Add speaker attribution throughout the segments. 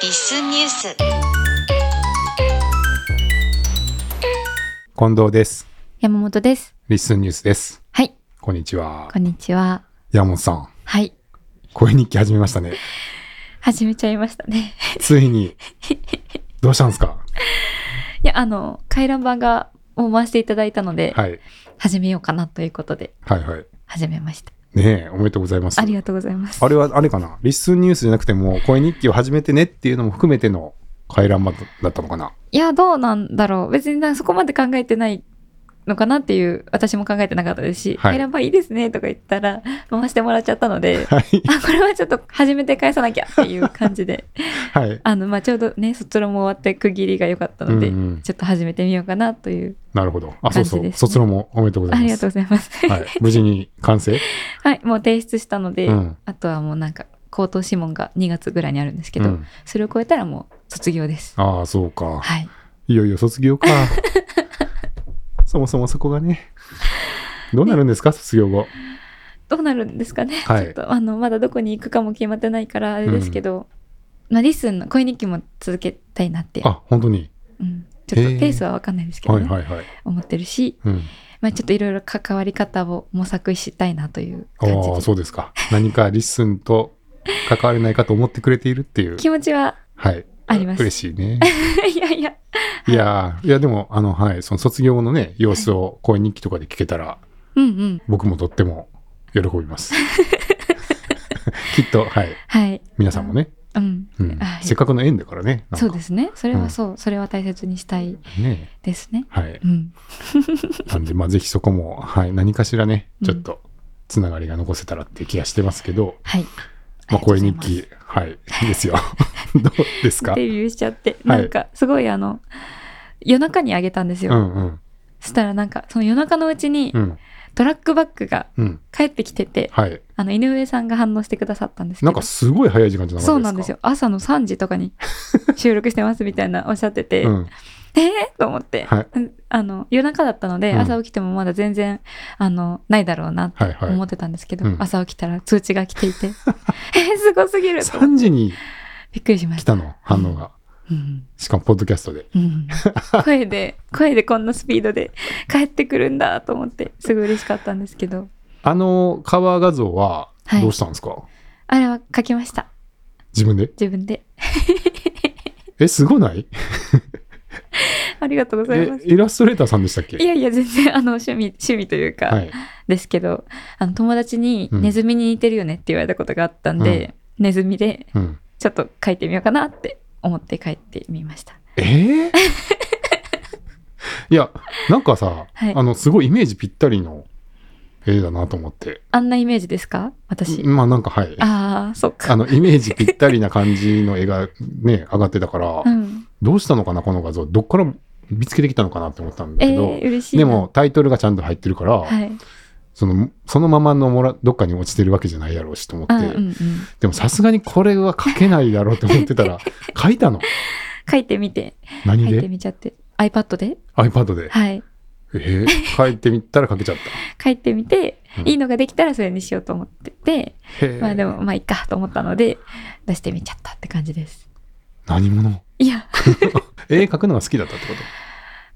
Speaker 1: ビスニュース
Speaker 2: 近藤です。
Speaker 3: 山本です。
Speaker 2: リスンニュースです。
Speaker 3: はい、
Speaker 2: こんにちは
Speaker 3: こ。んにちは。
Speaker 2: 山本さん、
Speaker 3: はい、
Speaker 2: 声日記始めました ね。
Speaker 3: 始めちゃいましたね。
Speaker 2: ついに。どうしたんですか
Speaker 3: いや、あの、回覧板がを回していただいたので、
Speaker 2: はい。
Speaker 3: 始めようかなということで、
Speaker 2: はいはい。
Speaker 3: 始めました。
Speaker 2: ねえ、おめでとうございます。
Speaker 3: ありがとうございます。
Speaker 2: あれは、あれかなリスンニュースじゃなくても、声日記を始めてねっていうのも含めての回覧板だったのかない
Speaker 3: や、どうなんだろう。別になそこまで考えてないのかなっていう、私も考えてなかったですし、
Speaker 2: はい
Speaker 3: 回覧板いいですねとか言ったら、回してもらっちゃったので、
Speaker 2: はい。
Speaker 3: あ、これはちょっと始めて返さなきゃっていう感じで、
Speaker 2: はい。
Speaker 3: あの、まあ、ちょうどね、卒論も終わって区切りが良かったので、
Speaker 2: うんうん
Speaker 3: ちょっと始めてみようかなという。
Speaker 2: なるほど。あ、そうそ
Speaker 3: 感じ
Speaker 2: う。
Speaker 3: ですね
Speaker 2: 卒論もおめでとうござ
Speaker 3: あ
Speaker 2: い
Speaker 3: り
Speaker 2: ま
Speaker 3: が
Speaker 2: す。
Speaker 3: とうございます。
Speaker 2: はい。無事に完成
Speaker 3: はい、もう提出したので、
Speaker 2: うん
Speaker 3: あとはもうなんか口頭諮問が2月ぐらいにあるんですけど、
Speaker 2: うん
Speaker 3: それを超えたらもう卒業です。
Speaker 2: ああ、そうか。
Speaker 3: はい、
Speaker 2: いよいよ卒業 か。そもそもそこがね。どうなるんですか、卒業後。
Speaker 3: どうなるんですかね、
Speaker 2: はい
Speaker 3: ちょっとあのまだどこに行くかも決まってないからあれですけど、まあ、リスンの恋日記も続けたいなって、
Speaker 2: あ、本当に。
Speaker 3: うん、ちょっ
Speaker 2: へー
Speaker 3: とペースは分かんないですけど、
Speaker 2: は
Speaker 3: ね
Speaker 2: いはいはい。
Speaker 3: 思ってるし、
Speaker 2: うん。
Speaker 3: まあ、ちょっといろいろ関わり方を模索したいなという感じ
Speaker 2: ああ、
Speaker 3: で
Speaker 2: そうですか。何かリッスンと関われないかと思ってくれているっていう。
Speaker 3: 気持ちは
Speaker 2: はい。
Speaker 3: あります
Speaker 2: 嬉しいね。
Speaker 3: いやいや
Speaker 2: いや ー、いやでも、あの、はい、その卒業後のね、様子を声日記とかで聞けたら、
Speaker 3: うんうん
Speaker 2: 僕もとっても喜び ます。きっと、はい、
Speaker 3: はい
Speaker 2: 皆さんもね、
Speaker 3: うん、
Speaker 2: うん
Speaker 3: はい
Speaker 2: せっかくの縁だからね。なんか
Speaker 3: そうですねそれ
Speaker 2: う
Speaker 3: は
Speaker 2: ん
Speaker 3: そう、それは大切にしたい
Speaker 2: ね。
Speaker 3: ですね
Speaker 2: はい。
Speaker 3: うん
Speaker 2: なんで、まあ、ぜひそこも、はい、何かしらね、
Speaker 3: うん
Speaker 2: ちょっと、つながりが残せたらっていう気がしてますけど、
Speaker 3: はい。
Speaker 2: まあ、
Speaker 3: りがとう
Speaker 2: 声
Speaker 3: ござい
Speaker 2: 日
Speaker 3: ます
Speaker 2: 記、はい、です よ。どうですか
Speaker 3: デビューしちゃって、
Speaker 2: はい
Speaker 3: なんかすごいあの、夜中にあげたんですよ。
Speaker 2: うんうん。
Speaker 3: そしたらなんか、その夜中のうちに
Speaker 2: う、ん。
Speaker 3: トラックバッグが
Speaker 2: うん。
Speaker 3: 帰ってきてて、
Speaker 2: はい。
Speaker 3: あの、井上さんが反応してくださったんですけど。
Speaker 2: なんかすごい早い時間じゃなかったですか
Speaker 3: そうなんですよ。朝の3時とか に収録してますみたいなおっしゃってて、
Speaker 2: うん。
Speaker 3: えーと思って、
Speaker 2: はい
Speaker 3: うんあの、夜中だったので、
Speaker 2: うん
Speaker 3: 朝起きてもまだ全然、あの、ないだろうなって
Speaker 2: はいは
Speaker 3: 思
Speaker 2: い。
Speaker 3: ってたんですけど、
Speaker 2: うん
Speaker 3: 朝起きたら通知が来て いて、えー、すごすぎると思
Speaker 2: 3
Speaker 3: って
Speaker 2: 時に
Speaker 3: びっくりしま
Speaker 2: 来
Speaker 3: した。
Speaker 2: たの、反応が。
Speaker 3: うん
Speaker 2: しかも、ポッドキャストで。
Speaker 3: うん、 声で声でこんなスピードで帰ってくるんだと思ってすごい嬉しかったんですけど
Speaker 2: あの、カバー画像は、
Speaker 3: はい
Speaker 2: どうしたんですか、
Speaker 3: あれは書きました
Speaker 2: 自分で。
Speaker 3: 自分で
Speaker 2: え、すごない
Speaker 3: ありがとうござい
Speaker 2: え
Speaker 3: ま、す
Speaker 2: イラストレーターさんでしたっけ
Speaker 3: いやいや全然あの趣味 趣味というか、
Speaker 2: はい。
Speaker 3: ですけどあの友達に
Speaker 2: うん
Speaker 3: ネズミに似てるよねって言われたことがあったんで、ネズミで
Speaker 2: うん。
Speaker 3: ちょっと書いてみようかなって思って書いてみました
Speaker 2: えー いや、なんかさ、
Speaker 3: はい
Speaker 2: あの、すごいイメージぴったりの絵だなと思って。
Speaker 3: あんなイメージですか私
Speaker 2: まあ、なんか、はい。
Speaker 3: ああそっ
Speaker 2: あ
Speaker 3: か
Speaker 2: の、イメージぴったりな感じの絵がね、上がってたから、
Speaker 3: うん
Speaker 2: どうしたのかな、この画像。どっから見つけてきたのかなって思ったんだ
Speaker 3: え
Speaker 2: けど
Speaker 3: ー、、嬉しいな
Speaker 2: でもタイトルがちゃんと入ってるから、
Speaker 3: はい
Speaker 2: そのそのままのもらどっかに落ちてるわけじゃないやろうしと思って、
Speaker 3: あーうんうん
Speaker 2: でもさすがにこれは書けないだろうと思って たら書いたの
Speaker 3: 書いてみて
Speaker 2: 何
Speaker 3: 書いて
Speaker 2: で
Speaker 3: みちゃって iPad で
Speaker 2: iPad で、
Speaker 3: はい
Speaker 2: えー書いてみたら書けちゃっ
Speaker 3: 書いてみて、
Speaker 2: うん
Speaker 3: いいのができたらそれにしようと思ってて、
Speaker 2: たへー
Speaker 3: まあでもまあいいかと思ったので出してみちゃったって感じです
Speaker 2: 何者
Speaker 3: いや
Speaker 2: 絵描くのが好きだったってこ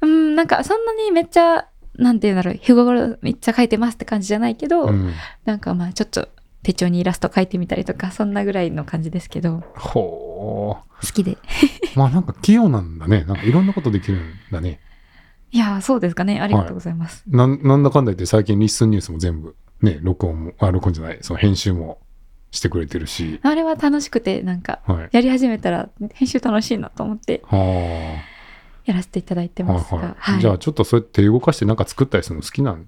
Speaker 3: うんなんかそんなにめっちゃなんて言うんだろう日頃めっちゃ書いてますって感じじゃないけど、
Speaker 2: と、うん、
Speaker 3: なんかまあちょっと手帳にイラスト書いてみたりとかそんなぐらいの感じですけど
Speaker 2: ほ
Speaker 3: 好きで
Speaker 2: うまあなんか器用なんだねなんかいろんなことできるんだね
Speaker 3: いやーそうですかねありがとうございます、
Speaker 2: なんなんだかんだ言って最近リッスンニュースも全部ね録音もあ録音じゃないその編集もしてくれてるし
Speaker 3: あれは楽しくてなんか
Speaker 2: はい
Speaker 3: やり始めたら編集楽しいなと思って
Speaker 2: はあ
Speaker 3: やらせていただいてます
Speaker 2: はい
Speaker 3: が、
Speaker 2: はいじゃあちょっとそうやって動かしてなんか作ったりするの好きなん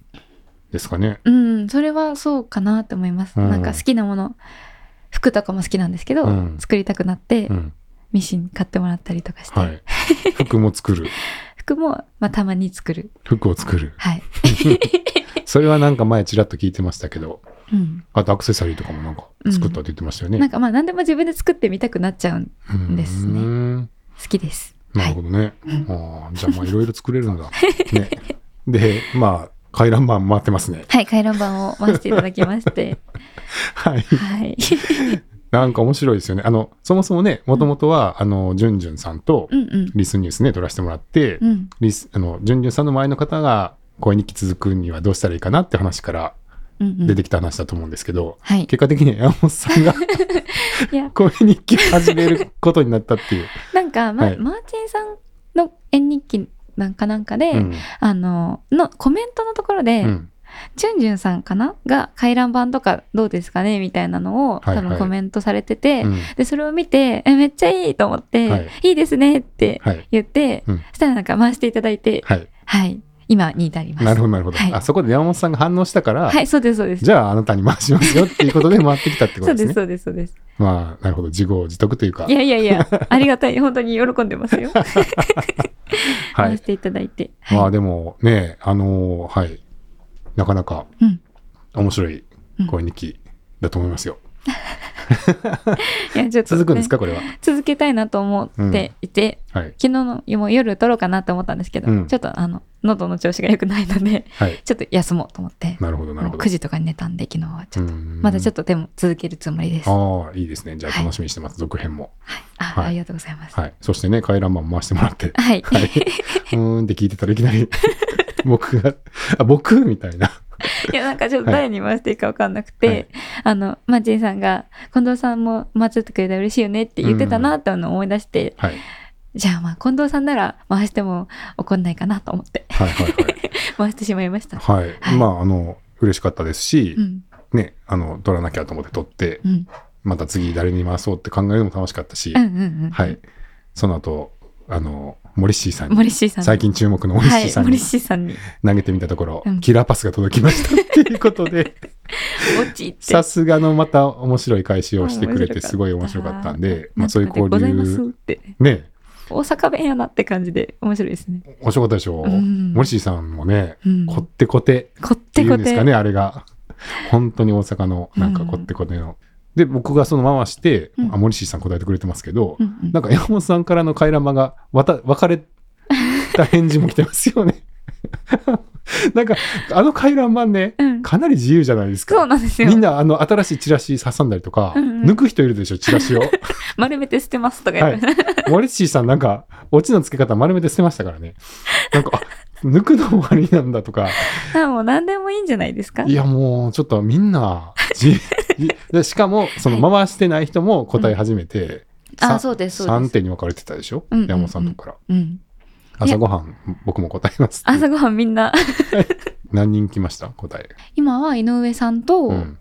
Speaker 2: ですかね。
Speaker 3: うん、それはそうかなと思います。
Speaker 2: うん
Speaker 3: なんか好きなもの、服とかも好きなんですけど、
Speaker 2: うん
Speaker 3: 作りたくなって、
Speaker 2: うん、
Speaker 3: ミシン買ってもらったりとかして、
Speaker 2: はい。服も作る、
Speaker 3: 服も、まあ、たまに作る。
Speaker 2: 服を作る。
Speaker 3: はい。
Speaker 2: それはなんか前ちらっと聞いてましたけど、
Speaker 3: うん。
Speaker 2: あとアクセサリーとかもなんか作ったって言ってましたよ
Speaker 3: なん
Speaker 2: ね。
Speaker 3: かまあ、何でも自分で作ってみたくなっちゃうん、
Speaker 2: うん
Speaker 3: ですね好きです。
Speaker 2: なるほどね。ああじゃあまあいろいろ作れる んだ。ね。で、まあ回覧板回ってますね。
Speaker 3: はい。はい、回覧板を回していただきまして、
Speaker 2: はい。
Speaker 3: はい。
Speaker 2: なんか面白いですよね。あの、そもそもね、もともとは、あの、ジュンジュンさんと
Speaker 3: うんうん
Speaker 2: リスニュースね、撮らせてもらって、
Speaker 3: うん
Speaker 2: リス、あの、ジュンジュンさんの前の方が、声日記続くにはどうしたらいいかなって話から
Speaker 3: うんうん
Speaker 2: 出てきた話だと思うんですけど、
Speaker 3: はい
Speaker 2: 結果的に山本さんが
Speaker 3: いや
Speaker 2: 声日記始めることになったっていう。
Speaker 3: なんか、ま
Speaker 2: はい
Speaker 3: マーチンさんの縁日記なんかなんかで、
Speaker 2: うん。
Speaker 3: あののコメントのところで、
Speaker 2: うん。
Speaker 3: ジュンジュンさんかなが回覧板とかどうですかねみたいなのを
Speaker 2: はいはい
Speaker 3: 多分コメントされてて、
Speaker 2: うん
Speaker 3: でそれを見てえめっちゃいいと思って、
Speaker 2: はい
Speaker 3: い、いですねって
Speaker 2: はい。
Speaker 3: 言って、
Speaker 2: うん
Speaker 3: そしたらなんか回していただいて
Speaker 2: はい。
Speaker 3: はい今に至ります
Speaker 2: なるほど、なるほど。
Speaker 3: はい
Speaker 2: あそこで山本さんが反応したから、
Speaker 3: はいそうですそう です
Speaker 2: じゃああなたに回しますよっていうことで回ってきたってこ
Speaker 3: そ
Speaker 2: と
Speaker 3: う
Speaker 2: です
Speaker 3: で
Speaker 2: ね
Speaker 3: す。そうですそうです
Speaker 2: まあ、なるほど。自業自得というか
Speaker 3: い。やいや いやありがたい本当に喜んでますよ、
Speaker 2: は
Speaker 3: 回
Speaker 2: い
Speaker 3: し。ていただいて、はい
Speaker 2: まあでもね、あのーはい。なかなか
Speaker 3: うん
Speaker 2: 面白い
Speaker 3: うん
Speaker 2: 声日記だと思いますよ。
Speaker 3: いやちょっとね、
Speaker 2: 続くんですか、これは。
Speaker 3: 続けたいなと思っていて、
Speaker 2: はい。
Speaker 3: 昨日のもう夜撮ろうかなと思ったんですけど、
Speaker 2: うん
Speaker 3: ちょっとあの喉の調子が良くないので
Speaker 2: はい。
Speaker 3: ちょっと休もうと思って
Speaker 2: なるほど、なるほど
Speaker 3: 9。時とかに寝たんで昨日はちょっと、まだちょっとでも続けるつもりですあ
Speaker 2: と。ああ、いいですね。じゃあ
Speaker 3: はい
Speaker 2: 楽しみにしてます、続編も。はい
Speaker 3: ありがとうございますは
Speaker 2: はい。そしてね、回覧板も回してもら って、
Speaker 3: い、
Speaker 2: はい
Speaker 3: い
Speaker 2: うーんって聞いてたらいきなり、 僕が、あ、僕みたいな。
Speaker 3: やなんかちょっと誰に回していいか分かんなくて、
Speaker 2: はい
Speaker 3: あのマーチンさんが「近藤さんも回っててくれたら嬉しいよね」って言ってたなってのを思い出して、
Speaker 2: はい。
Speaker 3: じゃあまあ近藤さんなら回しても怒んないかなと 思って
Speaker 2: はいはい
Speaker 3: 回してしまいました
Speaker 2: はい。は。
Speaker 3: はいい
Speaker 2: まあ、あの、嬉しかったですし
Speaker 3: う、ん
Speaker 2: ね、あの、撮らなきゃと思って撮って、
Speaker 3: うん
Speaker 2: また次誰に回そうって考えるのも楽しかったし
Speaker 3: う、んうんうん
Speaker 2: はい。その後、あの、モリッシーさんに、
Speaker 3: モリッシーさんに
Speaker 2: 最近注目のモリッシーさ
Speaker 3: は
Speaker 2: ん
Speaker 3: い、モリ
Speaker 2: に
Speaker 3: ッシーさんに
Speaker 2: 投げてみたところ、
Speaker 3: うん
Speaker 2: キラーパスが届きましたっていうこと で、
Speaker 3: 落ちって
Speaker 2: さすがのまた面白い返しをしてくれて、すごい面白かったんで、まあそういう交
Speaker 3: なんかでございます
Speaker 2: 流、
Speaker 3: って
Speaker 2: ね、
Speaker 3: 大阪弁やなって感じで面白いですね。
Speaker 2: 面白かったでしょ
Speaker 3: う。ん
Speaker 2: モリッシーさんもね、
Speaker 3: うん、
Speaker 2: こっ
Speaker 3: こ
Speaker 2: てこてって
Speaker 3: て
Speaker 2: いうん
Speaker 3: こ
Speaker 2: です
Speaker 3: て。
Speaker 2: かね、あれが。本当に大阪の、なんかこってこての。で、僕がその回して、
Speaker 3: うん
Speaker 2: あモリッシーさん答えてくれてますけど、
Speaker 3: うんうん
Speaker 2: なんか山本さんからの回覧板がわた別れた返事も来てますよね。 なんかあの回覧板ね、
Speaker 3: うん
Speaker 2: かなり自由じゃないです
Speaker 3: そう
Speaker 2: か。
Speaker 3: なんですよ。
Speaker 2: みんなあの新しいチラシ挟んだりとか、
Speaker 3: うんうん
Speaker 2: 抜く人いるでしょ、チラ シを。は
Speaker 3: 丸めて捨てますとか言っ
Speaker 2: い
Speaker 3: て、。
Speaker 2: モリッシーさんなんか、オチの付け方丸めて捨てましたからね。なんか、あ抜くのもありなんだと か、
Speaker 3: あもう何でもいいんじゃないですか。
Speaker 2: いやもうちょっとみんな、じでしかもその回してない人も答え始めて、
Speaker 3: あ
Speaker 2: さ
Speaker 3: そうですそうです
Speaker 2: 3点に分かれてたでしょ、
Speaker 3: うんうんうん
Speaker 2: 山本さんのとこから。
Speaker 3: うん。
Speaker 2: 朝ごはん僕も答えますって
Speaker 3: 朝ごはんみんな、
Speaker 2: 何人来ました答え、
Speaker 3: 今は井上さんと、
Speaker 2: うん、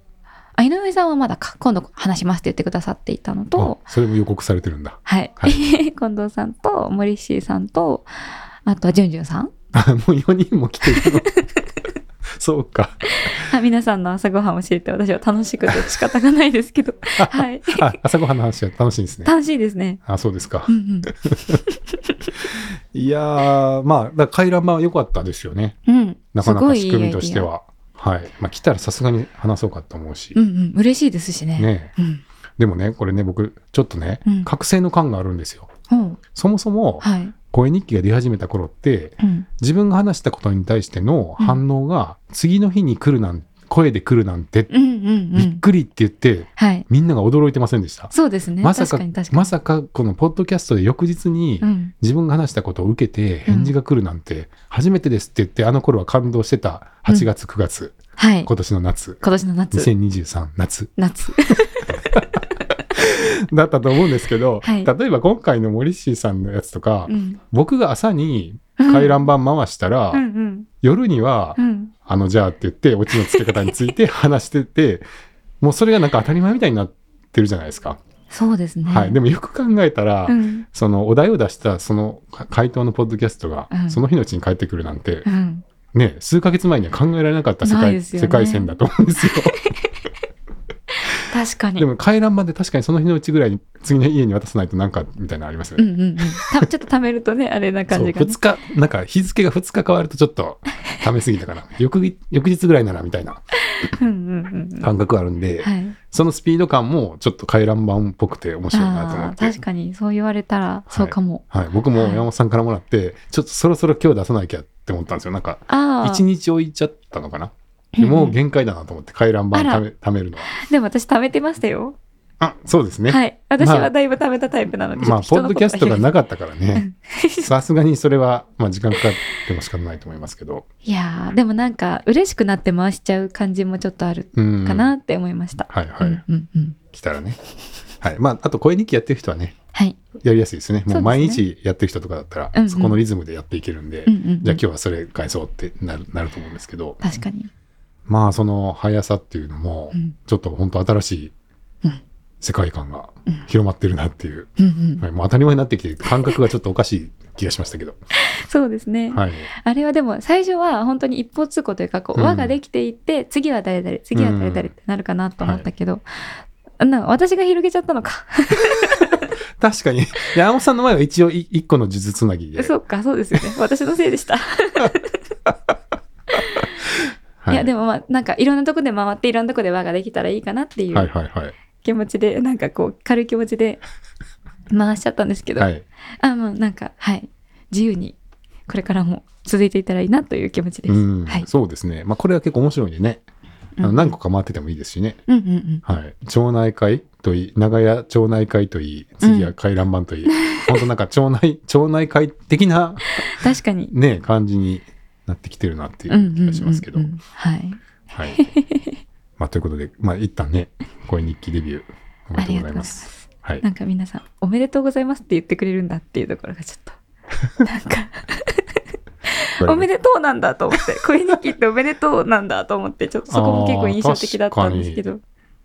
Speaker 3: あ、井上さんはまだか、今度話しますって言ってくださっていたのと、
Speaker 2: あそれも予告されてるんだ
Speaker 3: はい。
Speaker 2: は
Speaker 3: 近藤さんと、森氏さんと、あとはじゅんじゅんさん。
Speaker 2: あもう4人も来てる のそうか
Speaker 3: あ皆さんの朝ごはんを知れて私は楽しくて仕方がないです けど、はい。
Speaker 2: あ朝ごはんの話は楽しいですね
Speaker 3: 楽しいですね。
Speaker 2: あそうですか
Speaker 3: うんうん。
Speaker 2: いやーまあだから回覧板は良かったですよね
Speaker 3: うん、
Speaker 2: なかなか仕
Speaker 3: すごいいい
Speaker 2: 組みとしてははい、まあ、来たらさすがに話そうかと思うし、
Speaker 3: アイディア。うんうん、嬉しいですしね。
Speaker 2: ね
Speaker 3: うん。
Speaker 2: でもねこれね僕ちょっとね、
Speaker 3: うん
Speaker 2: 覚醒の感があるんですよ
Speaker 3: ほう
Speaker 2: そもそも
Speaker 3: はい。
Speaker 2: 声日記が出始めた頃って
Speaker 3: うん。
Speaker 2: 自分が話したことに対しての反応が、次の日に来るなん声で来るなんて、
Speaker 3: うんうんう
Speaker 2: びっ
Speaker 3: ん。
Speaker 2: くりって言って
Speaker 3: はい。
Speaker 2: みんなが驚いてませんでした、
Speaker 3: そうですね。
Speaker 2: まさか
Speaker 3: 確かに確かに。
Speaker 2: まさかこのポッドキャストで翌日に
Speaker 3: うん。
Speaker 2: 自分が話したことを受けて返事が来るなんて初めてですって言ってあの頃は感動してた8月9月、
Speaker 3: はい。今
Speaker 2: 今年の夏
Speaker 3: 年の夏。
Speaker 2: 2023夏
Speaker 3: 夏。
Speaker 2: だったと思うんですけど、
Speaker 3: はい
Speaker 2: 例えば今回のモリッシーさんのやつとか、
Speaker 3: うん。
Speaker 2: 僕が朝に回覧板回したら、
Speaker 3: うんうん。
Speaker 2: 夜には
Speaker 3: う、ん。
Speaker 2: あの、じゃあって言って、オチの付け方につい て話してて、もうそれがなんか当たり前みたいになってるじゃないですか。
Speaker 3: そうですね。
Speaker 2: はい。でもよく考えたら、
Speaker 3: うん。
Speaker 2: そのお題を出したそのか回答のポッドキャストが、
Speaker 3: うん
Speaker 2: その日のうちに帰ってくるなんて
Speaker 3: う、ん。
Speaker 2: ね、数ヶ月前には考えられなかった世
Speaker 3: ない
Speaker 2: 界,、
Speaker 3: ですよ
Speaker 2: 世
Speaker 3: ね
Speaker 2: 界線だと思うんです よ。
Speaker 3: 確かに。
Speaker 2: で
Speaker 3: うん
Speaker 2: も回覧板で確かにその日のうちぐらいに次の家に渡さないとなんかみたいなのありますよ
Speaker 3: う
Speaker 2: ね。
Speaker 3: んうん。たちょっと貯めるとね、あ れな感じがね
Speaker 2: そう。2日なんか日付が2日変わるとちょっとためすぎたから翌日翌日ぐらいならみたいな
Speaker 3: うんうんうんうん。は
Speaker 2: 感覚あるんで、
Speaker 3: い。
Speaker 2: そのスピード感もちょっと回覧板っぽくて面白いなと思
Speaker 3: あ
Speaker 2: っ
Speaker 3: あ、
Speaker 2: て。
Speaker 3: 確かに、そう言われたら、そうかも。
Speaker 2: はい、僕も山本さんからもらって、ちょっとそろそろ今日出さなきゃって思ったんですよ。なんか、
Speaker 3: ああ。
Speaker 2: 一日置いちゃったのかな。もう限界だなと思って、回覧板
Speaker 3: あら
Speaker 2: ため貯めるのは。
Speaker 3: でも私貯めてましたよ。
Speaker 2: あそうですね、
Speaker 3: はい。私
Speaker 2: まあ
Speaker 3: はだいぶ貯めたタイプなので、
Speaker 2: まあ
Speaker 3: ち
Speaker 2: ポ
Speaker 3: ょっ
Speaker 2: ッ
Speaker 3: と
Speaker 2: ド
Speaker 3: 人
Speaker 2: キ
Speaker 3: の
Speaker 2: ャ
Speaker 3: こ
Speaker 2: ス
Speaker 3: と
Speaker 2: ト
Speaker 3: が
Speaker 2: が
Speaker 3: 言えない
Speaker 2: なかったからね さすがにそれは、まあ、時間かかっても仕方ないと思いますけど
Speaker 3: いやー、でもなんか、嬉しくなって回しちゃう感じもちょっとある
Speaker 2: うん
Speaker 3: かなって思いました。
Speaker 2: はいはい、
Speaker 3: うんうんうん。
Speaker 2: 来たらねはいまああと声日記やってる人はね
Speaker 3: はい。
Speaker 2: やりやすいですねも
Speaker 3: そううですね
Speaker 2: 毎日やってる人とかだったらそ,、
Speaker 3: うんうん
Speaker 2: このリズムでやっていけるんで、
Speaker 3: うんうんうん、
Speaker 2: じゃあ今日はそれ返そうってなるなると思うんですけど
Speaker 3: 確かに。
Speaker 2: まあその速さっていうのも
Speaker 3: うん
Speaker 2: ちょっと本当新しい
Speaker 3: うん
Speaker 2: 世界観が
Speaker 3: うん
Speaker 2: 広まってるなっていう、
Speaker 3: うんうん
Speaker 2: はい、もう当たり前になってきて感覚がちょっとおかしい気がしましたけど、
Speaker 3: そうですね、
Speaker 2: はい、
Speaker 3: あれはでも最初は本当に一方通行というかこう
Speaker 2: うん
Speaker 3: 輪ができていって、次は誰々次は誰々ってなるかなと思ったけど、な私が広げちゃったのか
Speaker 2: 確かに山本さんの前は一応い一個の数珠つなぎで、
Speaker 3: そうかそうで すよね私のせいでした、、
Speaker 2: はい
Speaker 3: やでもまあなんかいろんなとこで回っていろんなとこで輪ができたらいいかなってい
Speaker 2: はいうはいはい
Speaker 3: 気持ちで、なんかこう軽い気持 ちで回しちゃったんですけど、
Speaker 2: はい
Speaker 3: あもうなんかはい自由にこれからも続いていたらいいなという気持ちです。
Speaker 2: うん、
Speaker 3: はい、
Speaker 2: そうですねまあこれは結構面白いんでねあの
Speaker 3: うん
Speaker 2: 何個か回っててもいいですしね、
Speaker 3: うんうんうん
Speaker 2: はい、町内会といい長屋町内会といい次は回覧板といい、 本当なんか町内町内会的な
Speaker 3: 確かに
Speaker 2: ね感じになってきてるなっていう気がしますけど、
Speaker 3: うんうんうんうんはい。
Speaker 2: は いまあということでまあ一旦ね声日記デビューおめでとうございますはい
Speaker 3: なんか皆さん、おめでとうございますって言ってくれるんだっていうところがちょっと。なんか、おめ
Speaker 2: で
Speaker 3: でとうなんだと思って、 声日記っておめでとうなんだと思って、ちょっとそこも結構印象的だったんですけど。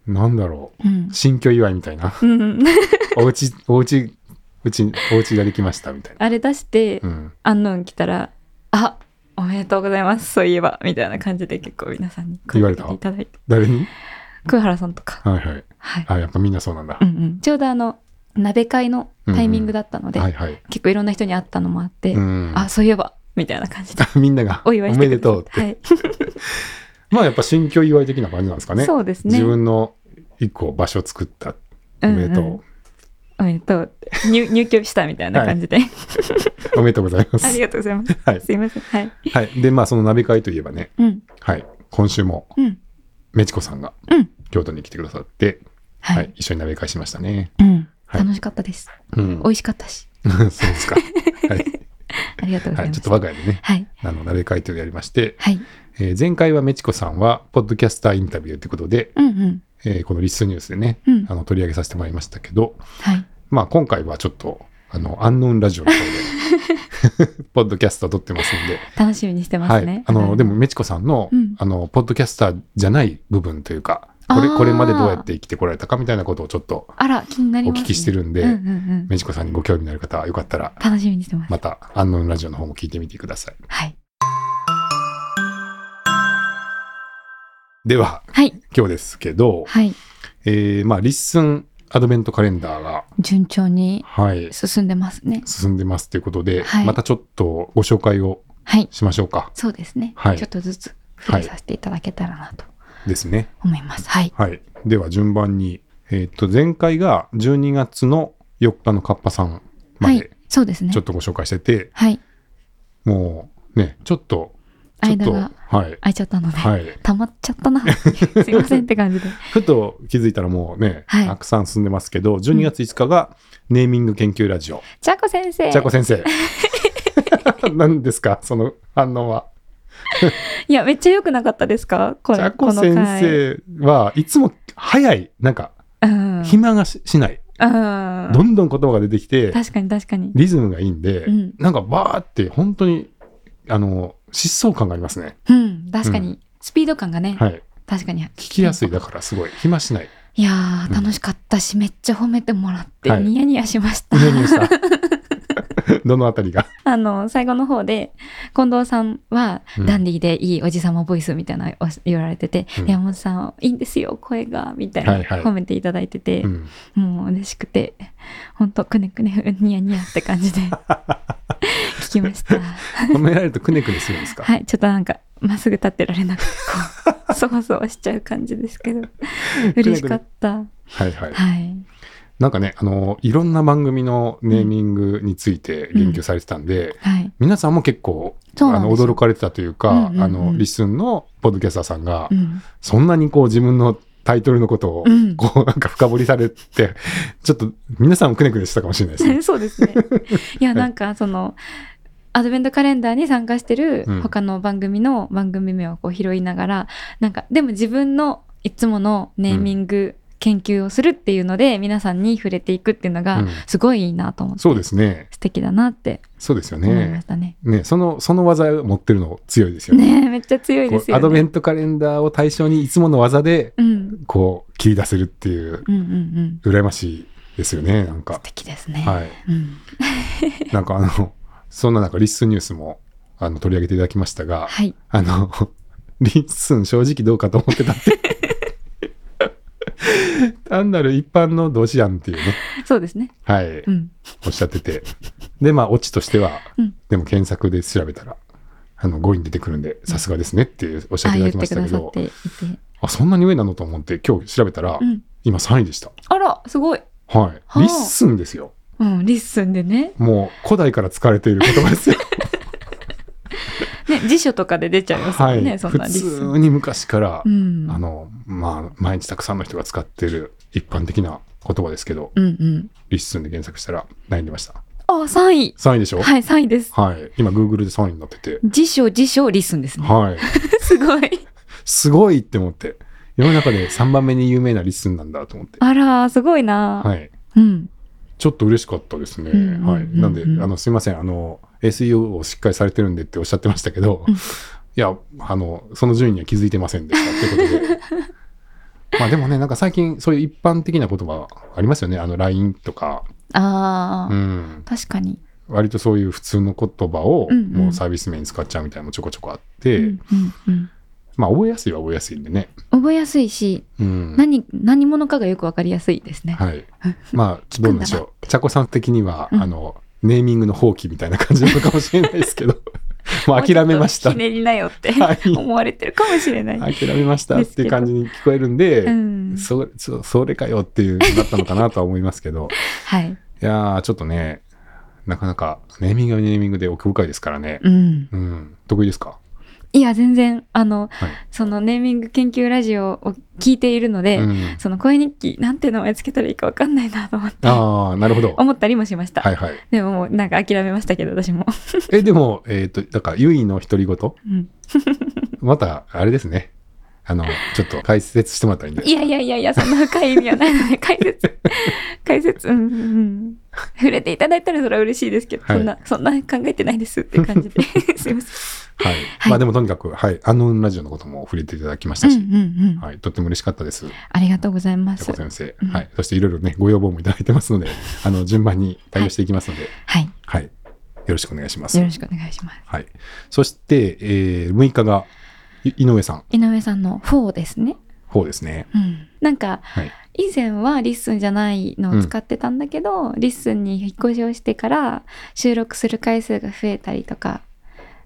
Speaker 2: なんだろ
Speaker 3: うん
Speaker 2: う。新居祝いみたいな
Speaker 3: うんうん、
Speaker 2: おうちおうちうちおうちができましたみたいな
Speaker 3: あれ出して、
Speaker 2: うん
Speaker 3: アンノン来たら、あおめでとうございます、そういえば、みたいな感じで結構皆さんに声かけていただいて、
Speaker 2: 誰に
Speaker 3: 桑原さんとか、
Speaker 2: はいはい
Speaker 3: はい
Speaker 2: あやっぱみんなそうなんだ、
Speaker 3: うんうん、ちょうどあの、鍋会のタイミングだったので、
Speaker 2: はいはい
Speaker 3: 結構いろんな人に会ったのもあって、
Speaker 2: うん
Speaker 3: あ、そういえば、みたいな感じで、
Speaker 2: みんなが
Speaker 3: お祝いして
Speaker 2: め
Speaker 3: く
Speaker 2: で
Speaker 3: ださ
Speaker 2: とうって
Speaker 3: って。はい
Speaker 2: まあやっぱ新居祝い的な感じなんですかね。
Speaker 3: そうですね。
Speaker 2: 自分の一個場所を作ったおめでとう、
Speaker 3: んんおめでとうって入 入居したみたいな感じで、
Speaker 2: おめでとうございま
Speaker 3: あり
Speaker 2: す。
Speaker 3: がとうございます。
Speaker 2: はい、
Speaker 3: すいません。はい。
Speaker 2: はい、でまあその鍋会といえばね、
Speaker 3: うん。
Speaker 2: はい、今週も
Speaker 3: うん。
Speaker 2: めちこさんが
Speaker 3: うん。
Speaker 2: 京都に来てくださって、
Speaker 3: はい。
Speaker 2: はい一緒に鍋会しましたね。
Speaker 3: うん。
Speaker 2: はい
Speaker 3: 楽しかったです。
Speaker 2: うん
Speaker 3: 美、味しかったし。
Speaker 2: そうです か。はい、
Speaker 3: ありがとうご
Speaker 2: は
Speaker 3: ざ
Speaker 2: いい、ち
Speaker 3: ま
Speaker 2: ょっ
Speaker 3: す。
Speaker 2: と我が家でね、
Speaker 3: はい。
Speaker 2: あの鍋会というのをやりまして、
Speaker 3: はい。
Speaker 2: えー前回はめちこさんはポッドキャスターインタビューということで、
Speaker 3: うんうん。
Speaker 2: えーこのリスニュースでね、
Speaker 3: うん
Speaker 2: あの取り上げさせてもらいましたけど、
Speaker 3: はい。
Speaker 2: まあ今回はちょっと、あの、アンノーンラジオの方 で、ポッドキャスター撮ってますんで、
Speaker 3: 楽しみにしてま
Speaker 2: は
Speaker 3: すね
Speaker 2: い。。あの、
Speaker 3: はい
Speaker 2: でも、、メチコさんの、
Speaker 3: うん
Speaker 2: あの、ポッドキャスターじゃない部分というか、これ、
Speaker 3: あー
Speaker 2: これまでどうやって生きてこられたかみたいなことをちょっと
Speaker 3: あら、気になり
Speaker 2: お
Speaker 3: ます、
Speaker 2: 聞きしてるんで、
Speaker 3: うんうんうん。
Speaker 2: メチコさんにご興味のある方はよかったら、
Speaker 3: 楽しみにしてます。
Speaker 2: また、アンノンラジオの方も聞いてみてください。
Speaker 3: はい。
Speaker 2: では、
Speaker 3: はい。
Speaker 2: 今日ですけど、
Speaker 3: はい。
Speaker 2: えー、まあ、リッスンアドベントカレンダーが、
Speaker 3: 順調に
Speaker 2: はい、
Speaker 3: 進んでますね。
Speaker 2: 進んでますということで、
Speaker 3: はい
Speaker 2: またちょっとご紹介を
Speaker 3: はい。
Speaker 2: しましょうか。
Speaker 3: そうですね。
Speaker 2: はい
Speaker 3: ちょっとずつ触れさせていただけたらなと
Speaker 2: ですね。
Speaker 3: 思います。はい。
Speaker 2: はい。では順番に、えーっと、前回が12月の4日のカッパさんま
Speaker 3: はい
Speaker 2: で。
Speaker 3: そうですね
Speaker 2: ちょっ。とご紹介してて、
Speaker 3: はい。
Speaker 2: もうね、ちょっと、ちょっ
Speaker 3: 間
Speaker 2: と、
Speaker 3: が
Speaker 2: はい。
Speaker 3: 空いちゃったので、
Speaker 2: はい。
Speaker 3: 溜まっちゃったな。 すいませんって感じで。
Speaker 2: ふと気づいたらもうね、
Speaker 3: はい
Speaker 2: たくさん進んでますけど、12月5日がネーミング研究ラジオ。
Speaker 3: ちゃこ先生。
Speaker 2: ちゃこ先 生。何ですかその反応は。
Speaker 3: いや、めっちゃ良くなかったですかこ
Speaker 2: ちゃ
Speaker 3: れ、
Speaker 2: こ
Speaker 3: この
Speaker 2: 先
Speaker 3: 回。
Speaker 2: 生はいつも早い。なんか、
Speaker 3: うん。うん。
Speaker 2: 暇がししない。どんどん言葉が出てきて、
Speaker 3: 確かに確かに。
Speaker 2: リズムがいいんで、
Speaker 3: うん
Speaker 2: なんかバーって本当にあの疾走感がありますね。
Speaker 3: うん。確かに。スピード感がね、
Speaker 2: はい。
Speaker 3: 確かに。
Speaker 2: 聞きやすいだからすごい暇しない。
Speaker 3: いや
Speaker 2: うん
Speaker 3: ー、楽しかったし、めっちゃ褒めてもらって、
Speaker 2: はい
Speaker 3: ニヤニヤしました。
Speaker 2: ニヤニヤ した。どのあたりが。
Speaker 3: あの、最後の方で、近藤さんは、
Speaker 2: うん
Speaker 3: ダンディーでいいおじさまボイスみたいなのを言われてて、
Speaker 2: うん
Speaker 3: 山本さん、いいんですよ、声が、みたいな、
Speaker 2: はいはい
Speaker 3: 褒めていただいてて、
Speaker 2: うん、
Speaker 3: もう嬉しくて、ほんとくねくね、ニヤニヤって 感じで聞きました。
Speaker 2: 褒められるとくねくねするんですか。
Speaker 3: はい、ちょっとなんか、まっすぐ立ってられなくて、こう、そわそわしちゃう感じですけど、嬉し かった。
Speaker 2: はいはい。
Speaker 3: はい。
Speaker 2: なんかねあのいろんな番組のネーミングについて言及されてたんで。
Speaker 3: はい。
Speaker 2: 皆さんも結構あ
Speaker 3: そうなん
Speaker 2: の
Speaker 3: ですよ
Speaker 2: 驚かれてたというか、
Speaker 3: うんうんうん
Speaker 2: あのリスンのポッドキャスターさんが、
Speaker 3: うん。
Speaker 2: そんなにこう自分のタイトルのことを
Speaker 3: うん
Speaker 2: こうなんか深掘りされて、ちょっと皆さんもくねくねしたかもしれないですね。
Speaker 3: そうで すね。いや、なんかその、アドベントカレンダーに参加してる
Speaker 2: うん
Speaker 3: 他の番組の番組名をこう拾いながら、なんか、でも自分のいつものネーミング、研究をするっていうので、皆さんに触れていくっていうの
Speaker 2: う
Speaker 3: が
Speaker 2: ん、
Speaker 3: すごいいいなと思って、
Speaker 2: そうですね。
Speaker 3: 素敵だなって
Speaker 2: そうですよ
Speaker 3: 思いま
Speaker 2: ね
Speaker 3: し。たね。
Speaker 2: ね、その、その技を持ってるの強いですよね。
Speaker 3: ねえめっちゃ強い
Speaker 2: こ
Speaker 3: で
Speaker 2: う
Speaker 3: すよね。
Speaker 2: アドベントカレンダーを対象にいつもの技で、
Speaker 3: うん。
Speaker 2: こう、切り出せるっていう、
Speaker 3: うんうんうん。
Speaker 2: 羨ましいですよね、なん
Speaker 3: 素
Speaker 2: か。
Speaker 3: 敵ですね。
Speaker 2: はい。
Speaker 3: うん。
Speaker 2: なんかあの、そんな中、リッスンニュースも、あの、取り上げていただきましたが、
Speaker 3: はい。
Speaker 2: あの、 リッスン正直どうかと思ってたって。単なる一般の同志案っていうね、
Speaker 3: そうですね。
Speaker 2: はい、
Speaker 3: うん。
Speaker 2: おっしゃってて。で、まあ、オチとしては、
Speaker 3: うん
Speaker 2: でも検索で調べたら、あの、5位に出てくるんで、さすがですねっていうおっしゃっ
Speaker 3: あ
Speaker 2: ていただ
Speaker 3: 言っ
Speaker 2: きま
Speaker 3: て
Speaker 2: し
Speaker 3: く
Speaker 2: た
Speaker 3: だ
Speaker 2: け
Speaker 3: さ
Speaker 2: ど
Speaker 3: っ、ていて。
Speaker 2: あ、そんなに上なのと思って、今日調べたら、
Speaker 3: うん。
Speaker 2: 今3位でした。
Speaker 3: あら、すごい。
Speaker 2: はい。
Speaker 3: はあ
Speaker 2: リッスンですよ。
Speaker 3: うん、リッスンでね。
Speaker 2: もう、古代から使われている言葉ですよ。
Speaker 3: ね、辞書とかで出ちゃいますも
Speaker 2: は
Speaker 3: んね、
Speaker 2: い。
Speaker 3: そん
Speaker 2: 普
Speaker 3: なリッスン。
Speaker 2: 通に昔から
Speaker 3: う、ん。
Speaker 2: あの、まあ、毎日たくさんの人が使ってる一般的な言葉ですけど、
Speaker 3: うんうん。
Speaker 2: リッスンで検索したら悩んでました。
Speaker 3: あ、3位。
Speaker 2: 3位でしょ
Speaker 3: はい、3位です。
Speaker 2: はい。今、Google で3位になってて、
Speaker 3: 辞書、辞書、リッスンですね。
Speaker 2: はい。
Speaker 3: すごい。
Speaker 2: すごいって思って、世の中で3番目に有名なリッスンなんだと思って。
Speaker 3: あら、すごいな。
Speaker 2: はい。
Speaker 3: うん。
Speaker 2: ちょっと嬉しかったですね。
Speaker 3: うんうんうんうん
Speaker 2: はい。なんで、あの、すいません。あの、SEO をしっかりされてるんでっておっしゃってましたけど、
Speaker 3: う ん
Speaker 2: いや、あの、その順位には気づいてませんでしたってことで。 まあでもね、なんか最近そういう一般的な言葉ありますよね。あの、LINE とか。
Speaker 3: あ
Speaker 2: う
Speaker 3: ー、
Speaker 2: ん。
Speaker 3: 確かに。
Speaker 2: 割とそういう普通の言葉を
Speaker 3: うんうん
Speaker 2: もうサービス名に使っちゃうみたいなのもちょこちょこあって、
Speaker 3: うんうんうん。
Speaker 2: まあ覚えやすいは覚えやすいんでね。
Speaker 3: 覚えやすいし、
Speaker 2: うん。
Speaker 3: 何、何者かがよくわかりやすいですね。
Speaker 2: はい。まあ、どうなんでし
Speaker 3: 聞くんだなっ
Speaker 2: ょう。茶子さん的には、
Speaker 3: うん
Speaker 2: あの、ネーミングの放棄みたいな感じなのかもしれないです けど、もう諦めました。
Speaker 3: もうちょっとひねりなよって
Speaker 2: はい
Speaker 3: 思われてるかもしれない。
Speaker 2: 諦めましたっていう感じに聞こえるんで、
Speaker 3: うん。
Speaker 2: そそそれかよっていうのだったのかなとは思いますけど、
Speaker 3: はい。
Speaker 2: いやー、ちょっとね、なかなかネーミングはネーミングで奥深いですからね。
Speaker 3: うん。
Speaker 2: うん、得意ですか
Speaker 3: いや、全然、あの、
Speaker 2: はい
Speaker 3: そのネーミング研究ラジオを聞いているので、
Speaker 2: うん、
Speaker 3: その声日記、なんて名前つけたらいいかわかんないなと思って、
Speaker 2: ああ、なるほど。
Speaker 3: 思ったりもしました。
Speaker 2: はいはい。
Speaker 3: でももう、なんか諦めましたけど、私も。
Speaker 2: え、でも、えっ、と、だから、ゆいの独り言
Speaker 3: うん
Speaker 2: また、あれですね。あの、ちょっと解説してもらったらいいんで。
Speaker 3: いやいやいやいや、そんな深い意味はないので、解説、解説、うんうんうん。触れていただいたらそれは嬉しいですけど、
Speaker 2: はい
Speaker 3: そんな、そんな考えてないですっていう感じ で。すいませ
Speaker 2: はい。
Speaker 3: はい
Speaker 2: まあでもとにかく、はい。アンノーンラジオのことも触れていただきました
Speaker 3: ん。
Speaker 2: し、
Speaker 3: うんうんうん。
Speaker 2: はい。とっても嬉しかったです。
Speaker 3: ありがとうございま
Speaker 2: タ
Speaker 3: す
Speaker 2: コ。先生。
Speaker 3: うん
Speaker 2: はい。そしていろいろね、ご要望もいただいてますので、あの、順番に対応していきますので、
Speaker 3: はい。
Speaker 2: はい。よろしくお願いします
Speaker 3: よ。ろしくお願いします。
Speaker 2: はい。そして、えー、6日が、い井上さん、
Speaker 3: 井上さんの4ですね。
Speaker 2: 方ですね。
Speaker 3: うん、なんか、
Speaker 2: はい
Speaker 3: 以前はリッスンじゃないのを使ってたんだけど、リッスンに引っ越しをしてから収録する回数が増えたりとか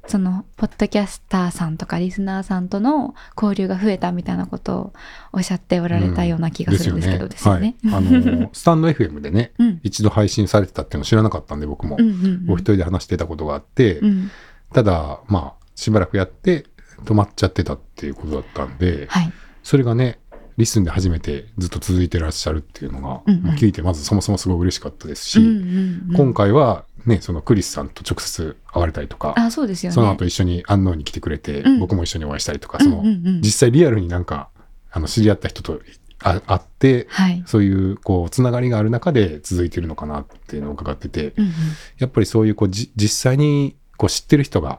Speaker 3: そのポッドキャスターさんとかリスナーさんとの交流が増えたみたいなことをおっしゃっておられたような気がするんですけど、ですよね。
Speaker 2: はい。あ の、スタンド FM でね、
Speaker 3: うん
Speaker 2: 一度配信されてたっていうの知らなかったんで、僕も
Speaker 3: う。んうんう
Speaker 2: お
Speaker 3: ん
Speaker 2: 一人で話してたことがあって、
Speaker 3: うん
Speaker 2: ただ、まあ、しばらくやって、止まっちゃってたっていうことだったんで、
Speaker 3: はい、
Speaker 2: それがね、リスンで初めてずっと続いてらっしゃるっていうのが、
Speaker 3: うんうん
Speaker 2: まあ聞いてまずそもそもすごい嬉しかったですし、
Speaker 3: うんうんうん
Speaker 2: 今回はね、そのクリスさんと直接会われたりとか、
Speaker 3: あそうですよね。
Speaker 2: その後一緒に安納に来てくれて、
Speaker 3: うん
Speaker 2: 僕も一緒にお会いしたりとか、その、
Speaker 3: うんうんうん
Speaker 2: 実際リアルになんか、あの、知り合った人とあ会って、
Speaker 3: はい、
Speaker 2: そういう、こう、つながりがある中で続いてるのかなっていうのを伺ってて、
Speaker 3: うんうん
Speaker 2: やっぱりそういう、こう、じ実際に、こう、知ってる人が、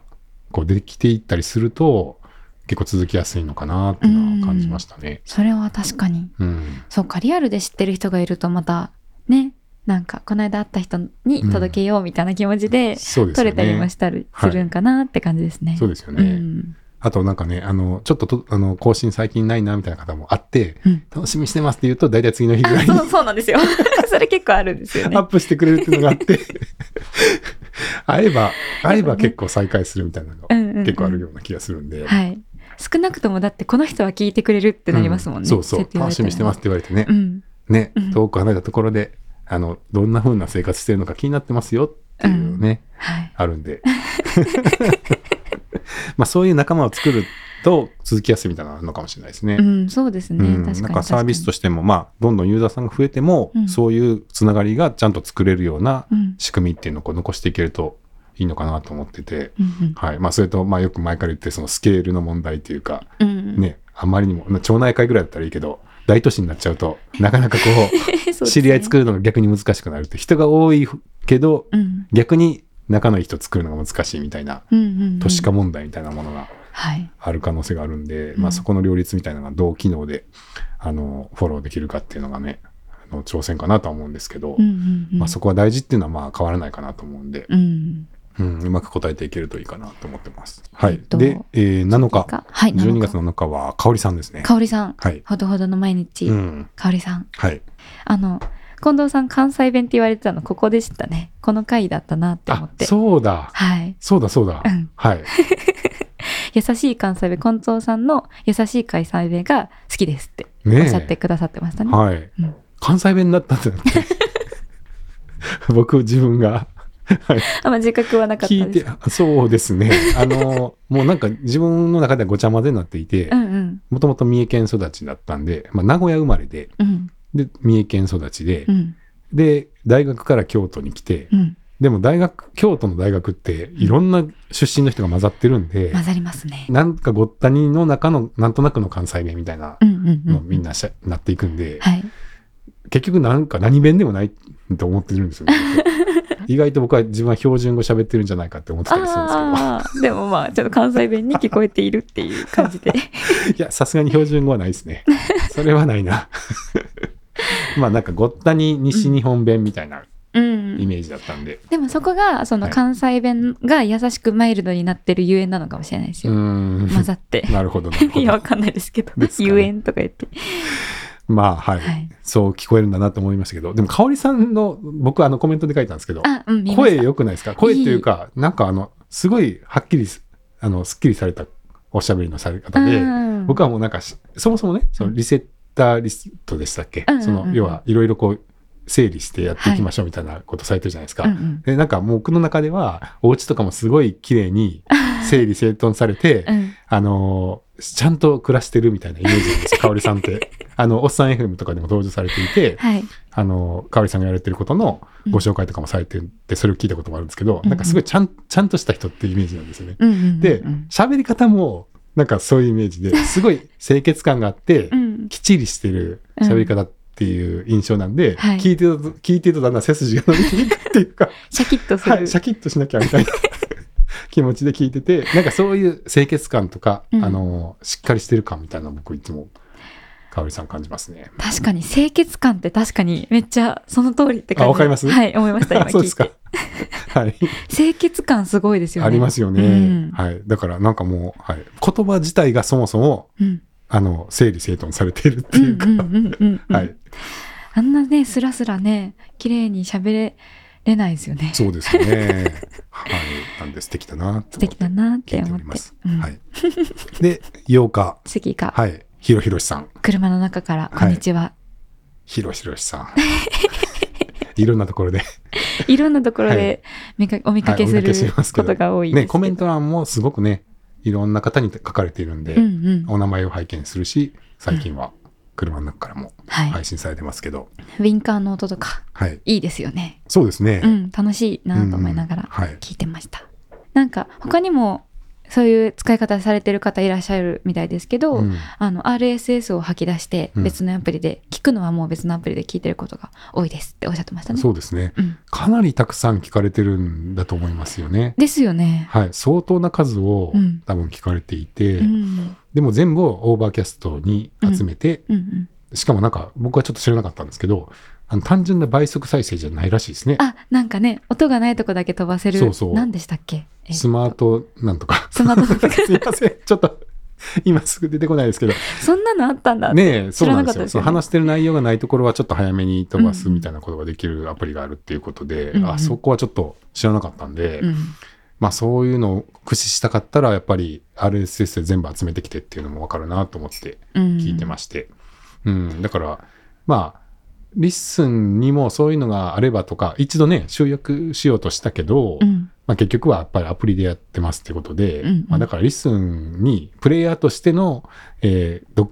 Speaker 2: こう、できていったりすると、結構続きやすいのかなっていうのは感じましたね。
Speaker 3: それは確かに
Speaker 2: うん。
Speaker 3: そうかリアルで知ってる人がいるとまたねなんかこの間会った人に届けようみたいな気持ちで、
Speaker 2: そうですよね。
Speaker 3: 取れたりもしたり
Speaker 2: はい
Speaker 3: するんかなって感じですね。
Speaker 2: そうですよね。
Speaker 3: うん
Speaker 2: あとなんかね、あの、ちょっととあの、更新最近ないなみたいな方もあって、
Speaker 3: うん
Speaker 2: 楽しみにしてますって言うと、大体次の日ぐら
Speaker 3: あ
Speaker 2: いに
Speaker 3: そうそうなんですよ。それ結構あるんですよね
Speaker 2: アッ。プしてくれるっていうのがあ って、会えば、会えば結構再開するみたいなのが
Speaker 3: うんうんうん
Speaker 2: 結構あるような気がするんで。
Speaker 3: はい。少なくともだってこの人は聞いてくれるってなりますもんね。
Speaker 2: うそうそう
Speaker 3: 設。定さ
Speaker 2: 楽
Speaker 3: れ
Speaker 2: しみにしてますって言われてね
Speaker 3: た。ら。うん。
Speaker 2: ね
Speaker 3: うん、
Speaker 2: 遠く離れたところで、あの、どんな風な生活してるのか気になってますよっていうね、
Speaker 3: はい。
Speaker 2: あるんで。まあそういう仲間を作ると続きやすいみたいなのあるのかもしれないですね。
Speaker 3: うん、そうですね。
Speaker 2: うん
Speaker 3: 確かに。
Speaker 2: なんかサービスと
Speaker 3: して。
Speaker 2: しても、まあ、どんどんユーザーさんが増えても、
Speaker 3: うん
Speaker 2: そういうつながりがちゃんと作れるような
Speaker 3: うん。
Speaker 2: 仕組みっていうのをこう残していけるといいのかなと思ってて、
Speaker 3: うん
Speaker 2: はいまあ、それと、まあ、よく前から言ってそのスケールの問題というか、
Speaker 3: うん。うん。
Speaker 2: ねあまりにもまあ町内会ぐらいだったらいいけど大都市になっちゃうとなかなかこ
Speaker 3: そうで
Speaker 2: う
Speaker 3: すね
Speaker 2: 知り合い作るのが逆に難しくなるって人が多いけど
Speaker 3: うん。
Speaker 2: 逆に仲のいい人作るのが難しいみたいな
Speaker 3: うんうんうん。
Speaker 2: 都市化問題みたいなものが
Speaker 3: はい。
Speaker 2: ある可能性があるんで、
Speaker 3: うん
Speaker 2: まあ、そこの両立みたいなのがどう機能であのフォローできるかっていうのがねあの挑戦かなとは思うんですけど、
Speaker 3: うんうんうん。
Speaker 2: まあ、そこは大事っていうのはまあ変わらないかなと思うんで、
Speaker 3: うん。
Speaker 2: うん、うまく答えていけるといいかなと思ってます。はい、
Speaker 3: えっと
Speaker 2: で、えー7日
Speaker 3: かはい。
Speaker 2: 12月
Speaker 3: の。
Speaker 2: 7日は香織さんですね。
Speaker 3: かおりさん。
Speaker 2: はい、
Speaker 3: ほどほどの毎日
Speaker 2: う。ん
Speaker 3: かおりさん。
Speaker 2: はい、
Speaker 3: あの、近藤さん関西弁って言われてたのここでしたね。この回だったなって思
Speaker 2: あ
Speaker 3: って。
Speaker 2: そうだ
Speaker 3: はい。
Speaker 2: そうだそうだ、
Speaker 3: うん
Speaker 2: はい
Speaker 3: 優しい関西弁、近藤さんの優しい関西弁が好きですっておっしゃって
Speaker 2: ね
Speaker 3: くださってました
Speaker 2: え
Speaker 3: ね。
Speaker 2: はい、
Speaker 3: うん
Speaker 2: 関西弁になったんだって 僕自分が
Speaker 3: あんま自覚はなかった
Speaker 2: 聞い
Speaker 3: です。
Speaker 2: てあそうですねあのもうなんか自分の中ではごちゃ混ぜになっていて
Speaker 3: うんうん。
Speaker 2: もともと三重県育ちだったんで、まあ、名古屋生まれで
Speaker 3: うん。
Speaker 2: で三重県育ちで、
Speaker 3: うん。
Speaker 2: で大学から京都に来て、
Speaker 3: うん。
Speaker 2: でも大学京都の大学っていろんな出身の人が混ざってるんで、
Speaker 3: 混ざりますね。
Speaker 2: なんかごったにの中のなんとなくの関西弁みたいな
Speaker 3: うんうんうん
Speaker 2: の。みんなしゃ、なっていくんで、
Speaker 3: はい。
Speaker 2: 結局なんか何弁でもないと思ってるんですよ ね。意外と僕は自分は標準語喋ってるんじゃないかって思ってたりするんですけど。
Speaker 3: ああ、でもまあ、ちょっと関西弁に聞こえているっていう 感じで。
Speaker 2: いや、さすがに標準語はないですね。それはないな。 まあなんかごったに西日本弁みたいな
Speaker 3: う
Speaker 2: イ
Speaker 3: ん。
Speaker 2: メージだったんで。
Speaker 3: でもそこが、その
Speaker 2: はい
Speaker 3: 関西弁が優しくマイルドになってるゆえんなのかもしれないです
Speaker 2: うー
Speaker 3: よ。
Speaker 2: ん。
Speaker 3: 混 ざって。
Speaker 2: なるほど、なるほ
Speaker 3: いや、わ
Speaker 2: ど。
Speaker 3: かんないですけど
Speaker 2: です。かね
Speaker 3: ゆえんとか言って。
Speaker 2: まあはい、
Speaker 3: はい
Speaker 2: そう聞こえるんだなと思いましたけど、でも香織さんの僕あのコメントで書いたんですけど、
Speaker 3: あ、うん、見ま
Speaker 2: 声
Speaker 3: した。
Speaker 2: 良くないですか声っていうか、なんかあの、すごいはっきりす、あの、すっきりされたおしゃべりのされ方で、
Speaker 3: うん
Speaker 2: 僕はもうなんかし、そもそもね、そのリセッターリストでしたっけ、
Speaker 3: うんうんうん
Speaker 2: その、要はいろいろこう、整理してやっていきましょうみたいなことされてるじゃないですか。
Speaker 3: うんうん
Speaker 2: で、なんかもう僕の中では、お家とかもすごい綺麗に整理整頓されて、
Speaker 3: うん。
Speaker 2: あのーちゃんと暮らしてるみたいなイメージなんですよ、かおりさん って。あの、おっさん FM とかでも登場されていて、
Speaker 3: はい。
Speaker 2: あの、かおりさんがやられてることの
Speaker 3: うん
Speaker 2: ご紹介とかもされてて、それを聞いたこともあるんですけど、
Speaker 3: うん
Speaker 2: なんかすごいちゃん、ちゃんとした人っていうイメージなんですよね。
Speaker 3: うんうんうん。
Speaker 2: で
Speaker 3: うん、
Speaker 2: 喋り方も、なんかそういうイメー ジで、すごい清潔感があって
Speaker 3: う、ん。
Speaker 2: きっちりしてる喋り方っていう印象なんで、
Speaker 3: はい
Speaker 2: 聞いてると、聞いてるとだんだん背筋が伸びていくっていう か、
Speaker 3: シャキッとす
Speaker 2: は
Speaker 3: る
Speaker 2: い、シ。ャキッとしなきゃみたい な気持ちで聞いてて、なんかそういう清潔感とか、
Speaker 3: うん
Speaker 2: あの、しっかりしてる感みたいなの僕いつも、かおりさん感じますね。
Speaker 3: 確かに清潔感って確かにめっちゃその通りって感じ
Speaker 2: あわかります
Speaker 3: はい思いました 今
Speaker 2: そう
Speaker 3: 聞
Speaker 2: で
Speaker 3: い
Speaker 2: すか
Speaker 3: て。
Speaker 2: はい。
Speaker 3: 清潔感すごいですよね
Speaker 2: ありますよね、
Speaker 3: うん
Speaker 2: はい。だからなんかもう、はい、言葉自体がそもそも、
Speaker 3: うん
Speaker 2: あの、整理整頓されているって
Speaker 3: うん
Speaker 2: いううか、
Speaker 3: んうんうんうん
Speaker 2: はい。
Speaker 3: あんなねスラスラね綺麗に喋れれないですよね素
Speaker 2: そうですよね。 はい。なんで素敵だなって思っ
Speaker 3: 敵
Speaker 2: て
Speaker 3: だなっ
Speaker 2: 聞
Speaker 3: て
Speaker 2: いて
Speaker 3: 思
Speaker 2: お
Speaker 3: って
Speaker 2: ります。
Speaker 3: うん
Speaker 2: はい。で、8日、
Speaker 3: 次が、
Speaker 2: はい。ひろひろしさん。
Speaker 3: 車の中から「こんにちは
Speaker 2: ひろひろしさん。 いろんなところで。」
Speaker 3: い、ろんなところで見か、お見かけ
Speaker 2: はいお
Speaker 3: す
Speaker 2: 見
Speaker 3: る
Speaker 2: かけしますけ
Speaker 3: こ
Speaker 2: ど
Speaker 3: とが多いですけど
Speaker 2: ね、コメント欄もすごくね、いろんな方に書かれているんで、
Speaker 3: うんうん
Speaker 2: お名前を拝見するし、最近は車の中からも
Speaker 3: はい、
Speaker 2: 配信されてますけど、
Speaker 3: ウィンカーの音とか
Speaker 2: はい。
Speaker 3: いいですよね
Speaker 2: そうですね。
Speaker 3: うん楽しいなと思いながら
Speaker 2: うんはい。
Speaker 3: 聞いてましたなんか他にもそういう使い方されてる方いらっしゃるみたいですけど、
Speaker 2: うん
Speaker 3: あの RSS を吐き出して
Speaker 2: うん
Speaker 3: 別のアプリで、聞くのはもう別のアプリで聞いてることが多いですっておっしゃってましたね。
Speaker 2: そうですね。
Speaker 3: うん
Speaker 2: かなりたくさん聞かれてるんだと思いますよね。
Speaker 3: ですよね。
Speaker 2: はい。相当な数を
Speaker 3: うん
Speaker 2: 多分聞かれていて、
Speaker 3: うん
Speaker 2: でも全部をオーバーキャストに集めて、
Speaker 3: うんうん、
Speaker 2: しかもなんか僕はちょっと知らなかったんですけど、あの単純な倍速再生じゃないらしいですね。
Speaker 3: あなんかね音がないとこだけ飛ばせる
Speaker 2: そうそう
Speaker 3: 何でしたっけえっと
Speaker 2: スマートなんとか。
Speaker 3: スマートフォン
Speaker 2: すいません。ちょっと今すぐ出てこないですけど。
Speaker 3: そんなのあったんだ、
Speaker 2: ねえ、
Speaker 3: 知
Speaker 2: そう
Speaker 3: ら
Speaker 2: な
Speaker 3: なんか
Speaker 2: です
Speaker 3: った
Speaker 2: よ。
Speaker 3: ですよね
Speaker 2: その話してる内容がないところはちょっと早めに飛ばすみたいなことができるアプリがあるっていうことで、
Speaker 3: うんうん
Speaker 2: あそこはちょっと知らなかったんで、
Speaker 3: うん、
Speaker 2: まあそういうのを駆使したかったら、やっぱり RSS で全部集めてきてっていうのもわかるなと思って聞いてま
Speaker 3: し
Speaker 2: して。うん、だから、まあ、リッスンにもそういうのがあればとか、一度ね、集約しようとしたけど、
Speaker 3: うん
Speaker 2: まあ、結局はやっぱりアプリでやってますってことで、
Speaker 3: うんうん
Speaker 2: まあ、だからリスンにプレイヤーとしての、えーど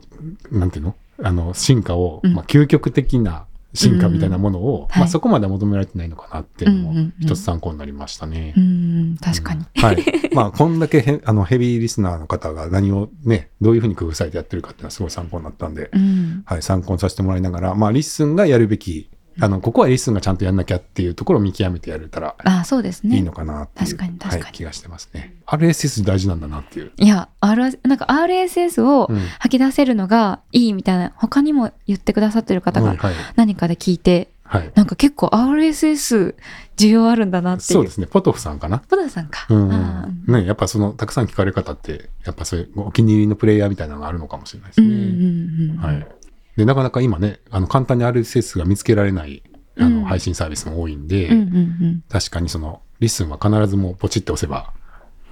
Speaker 2: なんていうのあの進化を、
Speaker 3: うん
Speaker 2: まあ、究極的な進化みたいなものを、
Speaker 3: はい
Speaker 2: まあ、そこまでは求められてないのかなっていうの
Speaker 3: うんう
Speaker 2: も
Speaker 3: んうん
Speaker 2: 一つ参考になりましたね。
Speaker 3: うん、確かに。
Speaker 2: うんはい。まあ、こんだけへあのヘビーリスナーの方が何をね、どういうふうに工夫されてやってるかっていうのはすごい参考になったんで、
Speaker 3: うん。
Speaker 2: はい、参考にさせてもらいながら、まあ、リッスンがやるべき、あの、ここはリッスンがちゃんとやんなきゃっていうところを見極めてやれたら
Speaker 3: あ、そうですね。
Speaker 2: いいのかなっていう、
Speaker 3: 確かに確かに
Speaker 2: はい、気がしてますね。RSS 大事なんだなっていう。
Speaker 3: いや、R、なんか RSS を
Speaker 2: うん
Speaker 3: 吐き出せるのがいいみたいな、他にも言ってくださってる方
Speaker 2: うん
Speaker 3: が
Speaker 2: はい。
Speaker 3: 何かで聞いて、
Speaker 2: はい。
Speaker 3: なんか結構 RSS 需要あるんだなってい
Speaker 2: そう
Speaker 3: う。
Speaker 2: ですね。ポトフさんかな。
Speaker 3: ポダさんか。
Speaker 2: うん
Speaker 3: あー
Speaker 2: ね、やっぱその、たくさん聞かれる方って、やっぱそういうお気に入りのプレイヤーみたいなのがあるのかもしれないです
Speaker 3: うん
Speaker 2: ね。
Speaker 3: うんうん。
Speaker 2: はい。で、なかなか今ね、あの、簡単に RSS が見つけられない、あ
Speaker 3: うん
Speaker 2: の、配信サービスも多いんで、
Speaker 3: うんうんうん。
Speaker 2: 確かにその、リスンは必ずもうポチって押せば、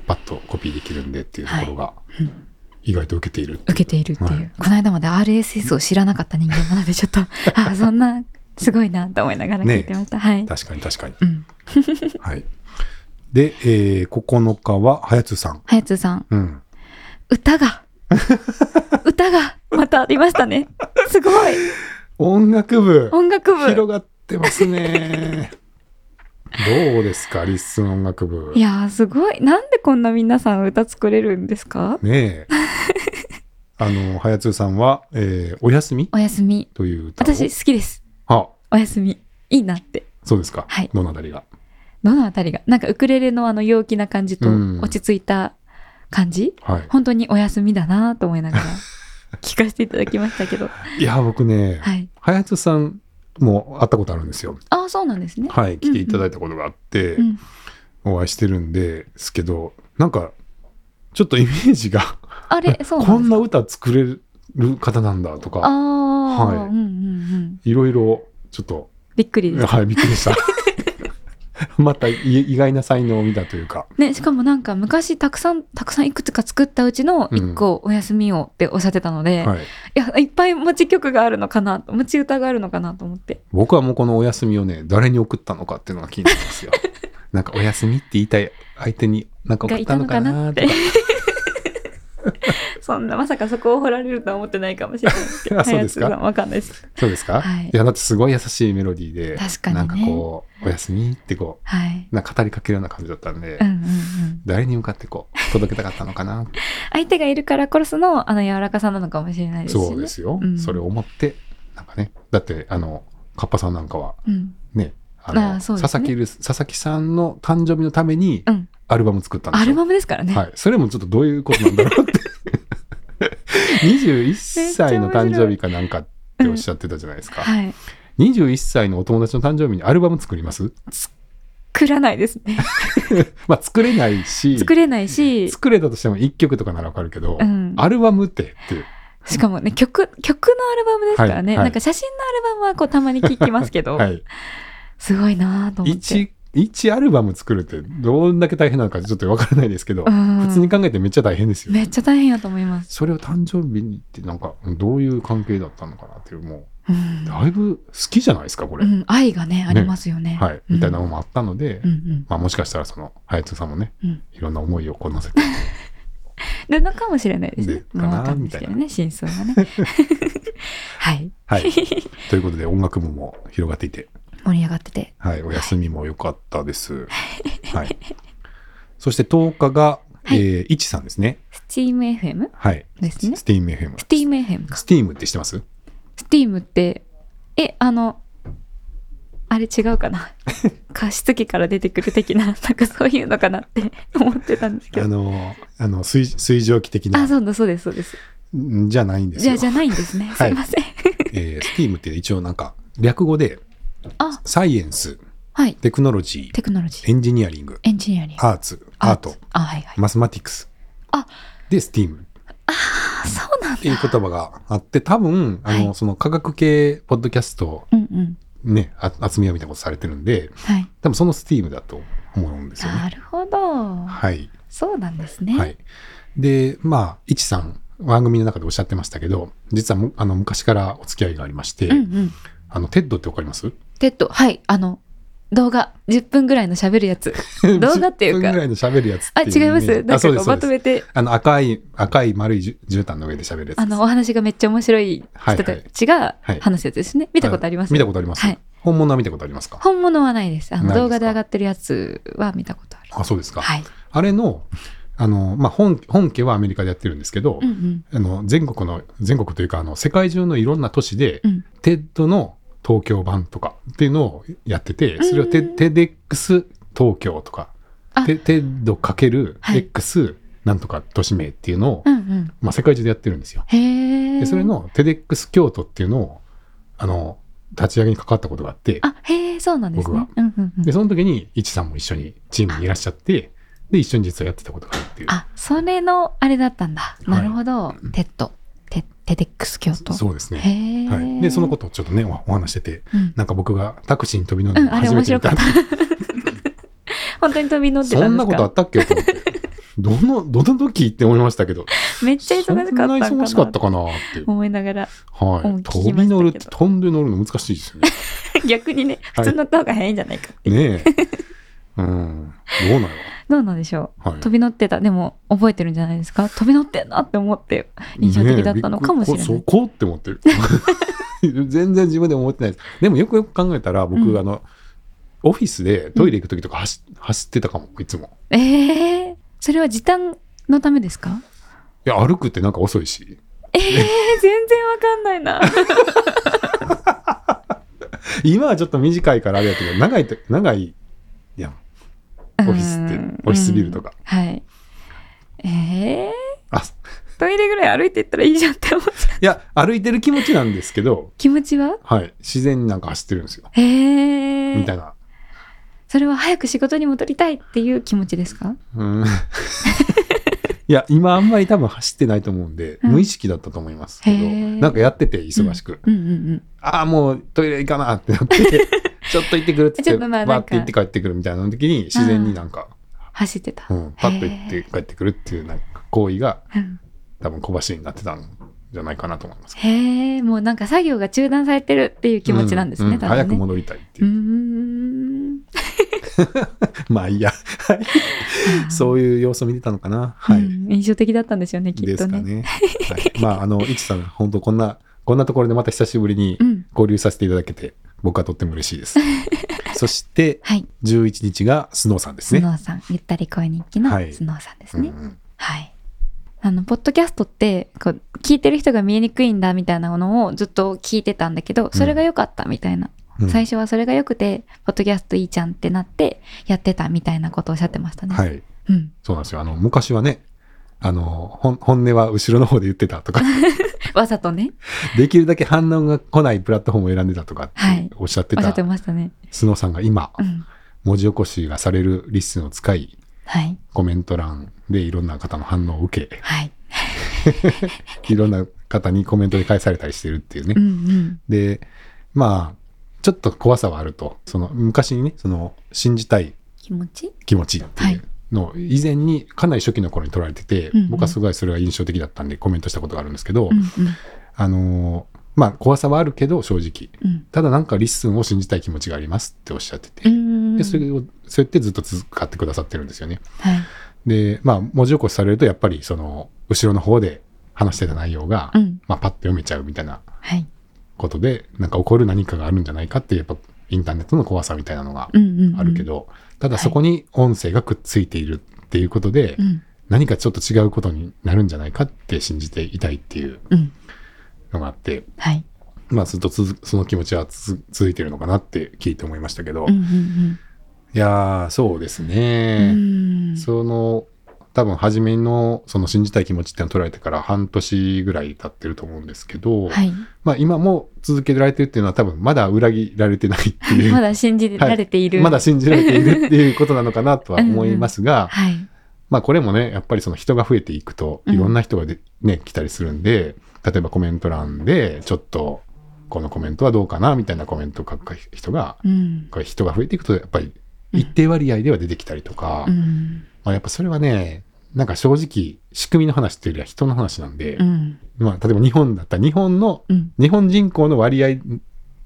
Speaker 2: パッとコピーできるんでっていうところが、意外と受けているっていう
Speaker 3: 受けているっていう、
Speaker 2: はい
Speaker 3: この間まで RSS を知らなかった人間なの でちょっとああそんなすごいなと思いながら聞いてました、はい、
Speaker 2: 確かに確かに。
Speaker 3: うん、
Speaker 2: はい。で、えー、9日は、はやつさん。
Speaker 3: はやつさん
Speaker 2: うん。
Speaker 3: 歌が歌がまたありましたねすごい
Speaker 2: 音楽部
Speaker 3: 音楽部
Speaker 2: 広がってます ね。どうですか、リスン音楽部。
Speaker 3: いやーすごいなんでこんな皆さん歌作れるんですか
Speaker 2: ねえ。 あの、はやつさんは、えー、お休み
Speaker 3: おやすみ
Speaker 2: という歌を。
Speaker 3: 私好きです
Speaker 2: あ、
Speaker 3: おやすみいいなって
Speaker 2: そうですか。
Speaker 3: はい
Speaker 2: どのあたりが。
Speaker 3: どのあたりがなんかウクレレのあの陽気な感じと
Speaker 2: うん
Speaker 3: 落ち着いた感じ、
Speaker 2: は
Speaker 3: 本当にお休みだなと思いなが ら聞かせていただきましたけど
Speaker 2: い。いや、僕ね、
Speaker 3: はい
Speaker 2: はやつさんも会ったことあるんですよ。
Speaker 3: ああそうなんですね。
Speaker 2: はい。来ていただいたことがあって、
Speaker 3: うん、
Speaker 2: お会いしてるんですけど、なんか、ちょっとイメージが、
Speaker 3: あれそうな
Speaker 2: こ
Speaker 3: んで
Speaker 2: ん
Speaker 3: すか。
Speaker 2: な歌作れる方なんだと
Speaker 3: あ
Speaker 2: か、
Speaker 3: あ、
Speaker 2: はい
Speaker 3: うんうんうん。
Speaker 2: いろいろ、ちょっと、
Speaker 3: びっくりです。
Speaker 2: はい、びっくり した。 またい意外な才能を見たというか、
Speaker 3: ね、しかもなんか昔たくさんたくさんいくつか作ったうちの一個お休みをっておっしゃってたので、い、
Speaker 2: はい、
Speaker 3: やいっぱい持ち曲があるのかなと持ち歌があるのかなと思って
Speaker 2: 僕はもうこのお休みをね、誰に送ったのかっていうのが気になりますよ。 なんかお休みって言いたい相手になんか送ったのかなとか
Speaker 3: がい。そんな まさかそこを掘られるとは思ってないかもしれないですけど
Speaker 2: あ そうですか
Speaker 3: 早津さんわかんないです。
Speaker 2: そうですか、
Speaker 3: はい
Speaker 2: い、や、だってすごい優しいメロディーで、
Speaker 3: 確かにね
Speaker 2: なんかこう、お休みってこ
Speaker 3: はい。
Speaker 2: う、なんか語りかけるような感じだったんで、
Speaker 3: うんうんうん、
Speaker 2: 誰に向かってこう、届けたかったのかな
Speaker 3: 相手がいるからこそのあの柔らかさなのかもしれないですしね。
Speaker 2: そうで、すよ、
Speaker 3: うん
Speaker 2: それを思って、なんかね、だって、あの、カッパさんなんかは、
Speaker 3: うん
Speaker 2: ね、あの
Speaker 3: あーそうですね
Speaker 2: 佐々木留佐々木さんの誕生日のために
Speaker 3: うん、
Speaker 2: アルバム作ったんですよ
Speaker 3: アルバムですからね。
Speaker 2: はい、それもちょっとどういうことなんだ ろうって21歳の誕生日かなんかっておっしゃってたじゃないですか、
Speaker 3: はい。
Speaker 2: 21歳のお友達の誕生日にアルバム作ります
Speaker 3: 作らないですね。
Speaker 2: まあ作れないし
Speaker 3: 作れないし、
Speaker 2: 作れたとしても1曲とかならわかるけど、
Speaker 3: うん
Speaker 2: アルバムってっていう
Speaker 3: しかもね、曲、曲のアルバムですからね、
Speaker 2: はいはい
Speaker 3: なんか写真のアルバムはこうたまに聞きますけど、
Speaker 2: はい
Speaker 3: すごいなぁと思って。
Speaker 2: 1, 1アルバム作るってどんだけ大変なのかちょっとわからないですけど、
Speaker 3: うん
Speaker 2: 普通に考えてめっちゃ大変ですよ
Speaker 3: めっちゃ大変やと思います。
Speaker 2: それを誕生日にってなんかどういう関係だったのかなっていうも
Speaker 3: うん
Speaker 2: う。だいぶ好きじゃないですかこれ、
Speaker 3: うん愛がね、ありますよね。
Speaker 2: はい、みたいなのもあったので、
Speaker 3: うんうん
Speaker 2: まあ、もしかしたらその隼人さんもね
Speaker 3: うんうん。
Speaker 2: いろんな思いをこなせて
Speaker 3: なのかもしれないですね
Speaker 2: で。
Speaker 3: もうわかんないですけどね、真相がね。 はい。
Speaker 2: はい ということで音楽部も広がっていて、
Speaker 3: 盛り上がってて。
Speaker 2: はい、お休みも良かったです、はい、そして10日が、
Speaker 3: は
Speaker 2: え
Speaker 3: い
Speaker 2: ー、いちさんですね
Speaker 3: スチーム FM?
Speaker 2: はい
Speaker 3: ですね
Speaker 2: スティーム FM
Speaker 3: スティーム FM か。
Speaker 2: スティームって知ってます
Speaker 3: スティームって、え、あの、あれ違う かな加湿器から出てくる的な、なん かそういうのかなって 思ってたんですけ
Speaker 2: あ
Speaker 3: ど。
Speaker 2: のあの水水蒸気的
Speaker 3: あ、
Speaker 2: な
Speaker 3: そうだ、そうです、そうです。
Speaker 2: んじゃないんです
Speaker 3: じゃ
Speaker 2: よ
Speaker 3: あ、じゃないんですね。す
Speaker 2: はい
Speaker 3: いません。
Speaker 2: えー、スティームって一応なんか略語で
Speaker 3: あ、
Speaker 2: サイエンス
Speaker 3: はい。
Speaker 2: テクノロジ
Speaker 3: テクノロジ
Speaker 2: ーエ
Speaker 3: ー。
Speaker 2: ンジニアリング
Speaker 3: エンジニアリング。
Speaker 2: アーツアート。
Speaker 3: あ、はいはい。
Speaker 2: マスマティクス
Speaker 3: あ
Speaker 2: でスティーム
Speaker 3: あ、そうなん
Speaker 2: っていう言葉があって、多分、あの、
Speaker 3: はい
Speaker 2: その科学系ポッドキャストを
Speaker 3: うんうん。
Speaker 2: ね、あ集めようみたいなことされてるんで、
Speaker 3: はい。
Speaker 2: 多分そのスティームだと思うんですよね。
Speaker 3: なるほど。
Speaker 2: はい。
Speaker 3: そうなんです
Speaker 2: は
Speaker 3: ね。
Speaker 2: い。で、まあ、いちさん、番組の中でおっしゃってましたけど、実はむあの昔からお付き合いがありまして、
Speaker 3: うんうん。
Speaker 2: あの、テッドってわかります
Speaker 3: テッド、はい。あの、動画10分ぐらいの喋るやつ動画っていうか
Speaker 2: 10分ぐらいの喋るやつって
Speaker 3: あ
Speaker 2: うイメ
Speaker 3: 違い
Speaker 2: ー
Speaker 3: ま
Speaker 2: ジ
Speaker 3: すな
Speaker 2: あ
Speaker 3: ん
Speaker 2: そうで
Speaker 3: か
Speaker 2: すそ
Speaker 3: ま
Speaker 2: う
Speaker 3: と
Speaker 2: です
Speaker 3: めて
Speaker 2: あの赤い赤い丸いじゅ絨毯の上で喋るやつです
Speaker 3: あのお話がめっちゃ面白い人たちが
Speaker 2: はい
Speaker 3: 話すやつですね、見たことあります
Speaker 2: 見たことあります、
Speaker 3: はい
Speaker 2: 本物は見たことありますか
Speaker 3: 本物はないですあの
Speaker 2: ないですか
Speaker 3: 動画で上がってるやつは見たことある
Speaker 2: あそうですか、
Speaker 3: はい、
Speaker 2: あれのあの、まあ、本本家はアメリカでやってるんですけど、
Speaker 3: うんうん
Speaker 2: あの全国の全国というかあの世界中のいろんな都市で、
Speaker 3: うん
Speaker 2: テッドの東京版とかっていうのをやっててそれをテ,、
Speaker 3: うん
Speaker 2: テデックス東京とか
Speaker 3: あ
Speaker 2: テテッドかける
Speaker 3: はい
Speaker 2: X なんとか都市名っていうのを、
Speaker 3: うんうん
Speaker 2: まあ、世界中でやってるんですよ。
Speaker 3: へえ
Speaker 2: でそれのテデックス京都っていうのをあの立ち上げに関わったことがあって
Speaker 3: あへえそうなんです
Speaker 2: 僕
Speaker 3: ね
Speaker 2: は
Speaker 3: うんうんうん
Speaker 2: でその時にいちさんも一緒にチームにいらっしゃってで一緒に実はやってたことがあるっていう。
Speaker 3: あそれのあれだったんだ、
Speaker 2: い
Speaker 3: なるほどテッドテテデックス京都
Speaker 2: そうですね、
Speaker 3: へえ、
Speaker 2: はい、でそのことをちょっとねおお話ししてて
Speaker 3: うん、
Speaker 2: なんか僕がタクシーに飛び乗る
Speaker 3: う
Speaker 2: の
Speaker 3: ん、あれ
Speaker 2: 初
Speaker 3: 面
Speaker 2: めて
Speaker 3: 白
Speaker 2: 見
Speaker 3: か
Speaker 2: た
Speaker 3: った本当に飛び乗って
Speaker 2: そ
Speaker 3: たん
Speaker 2: ん
Speaker 3: で
Speaker 2: な
Speaker 3: す
Speaker 2: ことあ
Speaker 3: か
Speaker 2: ったっけと思って。どの、 どの時って思いましたけど。
Speaker 3: めっちゃ忙し
Speaker 2: そ
Speaker 3: か
Speaker 2: ん
Speaker 3: った
Speaker 2: なん
Speaker 3: かな
Speaker 2: 忙しかったかなって。
Speaker 3: 思いながら
Speaker 2: は
Speaker 3: うん
Speaker 2: い。飛
Speaker 3: 聞きましたけど
Speaker 2: び乗るって飛んで乗るの難しいですよね。
Speaker 3: 逆にね普
Speaker 2: はい
Speaker 3: 通に乗った方が早いんじゃないか、
Speaker 2: ねえ。うん。どうなの
Speaker 3: どうなんでしょう
Speaker 2: はい。
Speaker 3: 飛び乗ってたでも覚えてるんじゃないですか飛び乗ってんなって思って印象的だったのかもしれない、
Speaker 2: ねえびっくりこそこって思ってる。 全然自分でも思ってないです。でもよくよく考えたら、僕、
Speaker 3: うん
Speaker 2: あの、オフィスでトイレ行く時とか走,、走ってたかも、いつも。
Speaker 3: ええそれは時短のためですか
Speaker 2: いや、歩くってなんか遅いし。
Speaker 3: ええ全然わかんない な
Speaker 2: 今はちょっと短いからあれやけど、長いと、長いやん。オフィスって
Speaker 3: うん
Speaker 2: オフィスビルとか
Speaker 3: うんはいええ
Speaker 2: あ、
Speaker 3: トイレぐらい歩いてったらいいじゃんって思っちゃう
Speaker 2: いや、歩いてる気持ちなんですけど、
Speaker 3: 気持ちは
Speaker 2: はい、自然になんか走ってるんですよ。
Speaker 3: ええ
Speaker 2: みたいな。
Speaker 3: それは早く仕事に戻りたいっていう気持ちですか
Speaker 2: うん。 いや、今あんまり多分走ってないと思うんで、
Speaker 3: うん
Speaker 2: 無意識だったと思いますけ
Speaker 3: へ
Speaker 2: ど、
Speaker 3: ー
Speaker 2: なんかやってて忙しく、
Speaker 3: うんうんうん
Speaker 2: ああ、もうトイレ行かなってなって、 ちょっと行ってくるっつっ
Speaker 3: ちょ
Speaker 2: て、
Speaker 3: っとまあ
Speaker 2: バー
Speaker 3: なん
Speaker 2: っ
Speaker 3: か
Speaker 2: て行って帰ってくるみたいな時に、自然になんか、
Speaker 3: 走ってた、
Speaker 2: うん、パッと行って帰ってくるっていうなんか行為が
Speaker 3: うん
Speaker 2: 多分小走りになってたんじゃないかなと思います。
Speaker 3: へえもうなんか作業が中断されてるっていう気持ちなんですね、
Speaker 2: うう
Speaker 3: 多分ね
Speaker 2: 早く戻りたいっていうう。
Speaker 3: ーん
Speaker 2: まあいいや。 そういう様子を見てたのかな。はい。
Speaker 3: うん印象的だったんですよねきっ
Speaker 2: で
Speaker 3: と
Speaker 2: すか
Speaker 3: ね
Speaker 2: ね。はい、 まあ、あの、いちさん、本当こんな、こんなところでまた久しぶりに
Speaker 3: うん
Speaker 2: 交流させていただけて、僕はとっても嬉しい です。そして、
Speaker 3: はい
Speaker 2: 11日がスノーさんです
Speaker 3: ス
Speaker 2: ね。
Speaker 3: ノーさん、ゆったり声日記の
Speaker 2: はい
Speaker 3: スノーさんです
Speaker 2: うんう
Speaker 3: ね。
Speaker 2: ん
Speaker 3: はい。あのポッドキャストってこう聞いてる人が見えにくいんだみたいなものをずっと聞いてたんだけどそれが良かったみたいな、
Speaker 2: うん
Speaker 3: 最初はそれが良くてポッドキャストいいじゃんってなってやってたみたいなことをおっしゃってましたね、
Speaker 2: はい。
Speaker 3: うん、
Speaker 2: そうなんですよ。あの、昔はね、あの、ほん本音は後ろの方で言ってた とか、
Speaker 3: わざとね
Speaker 2: できるだけ反応が来ないプラットフォームを選んでたとかって
Speaker 3: はい
Speaker 2: おっしゃって
Speaker 3: おっしゃって
Speaker 2: た、
Speaker 3: ましたね、
Speaker 2: スノーさんが今
Speaker 3: う、ん、
Speaker 2: 文字起こしがされるリスンを使い、
Speaker 3: はい
Speaker 2: コメント欄でいろんな方の反応を受け、
Speaker 3: はい
Speaker 2: いろんな方にコメントで返されたりしてるっていうね
Speaker 3: う。んうん
Speaker 2: で、まあ、ちょっと怖さはあると。その昔にね、その信じたい
Speaker 3: 気持ち
Speaker 2: 気持ちっていうのを以前にかなり初期の頃に取られてて、
Speaker 3: うんうん
Speaker 2: 僕はすごいそれが印象的だったんでコメントしたことがあるんですけど、
Speaker 3: うんうん
Speaker 2: あのーまあ怖さはあるけど正直。
Speaker 3: うん
Speaker 2: ただなんかリッスンを信じたい気持ちがありますっておっしゃって
Speaker 3: う
Speaker 2: て。
Speaker 3: ん
Speaker 2: でそれを、そうやってずっと続かってくださってるんですよね。
Speaker 3: はい
Speaker 2: で、まあ、文字起こしされると、やっぱり、その、後ろの方で話してた内容が、
Speaker 3: うん
Speaker 2: まあ、パッと読めちゃうみたいな
Speaker 3: はい
Speaker 2: ことで、なんか起こる何かがあるんじゃないかって、やっぱインターネットの怖さみたいなのが
Speaker 3: うんうんうん
Speaker 2: あるけど、ただそこに音声がくっついているっていうことで、
Speaker 3: うん
Speaker 2: 何かちょっと違うことになるんじゃないかって信じていたいっていう
Speaker 3: うん
Speaker 2: のがあって、
Speaker 3: はい
Speaker 2: まあずっとつづその気持ちはつづ続いてるのかなって聞いて思いましたけど、
Speaker 3: うん
Speaker 2: い
Speaker 3: うん
Speaker 2: やー、そうです
Speaker 3: うんう
Speaker 2: ね。
Speaker 3: ん
Speaker 2: その、多分初めのその信じたい気持ちっていうのを取られてから半年ぐらい経ってると思うんですけど、
Speaker 3: はい
Speaker 2: まあ今も続けられてるっていうのは多分まだ裏切られてないっていう。
Speaker 3: まだ信じられてい る。
Speaker 2: まだ信じられているっていうことなのかなとは思いますが、
Speaker 3: はい。
Speaker 2: まあこれもね、やっぱりその人が増えていくと、
Speaker 3: うん
Speaker 2: いろんな人がで、ね、来たりするんで、例えばコメント欄で、ちょっと、このコメントはどうかな、みたいなコメントを書く人が、
Speaker 3: うん。
Speaker 2: これ人が増えていくと、やっぱり一定割合では出てきたりとか、
Speaker 3: うん。
Speaker 2: まあやっぱそれはね、なんか正直、仕組みの話というよりは人の話なんで、
Speaker 3: うん。
Speaker 2: まあ例えば日本だったら日本の、
Speaker 3: うん。
Speaker 2: 日本人口の割合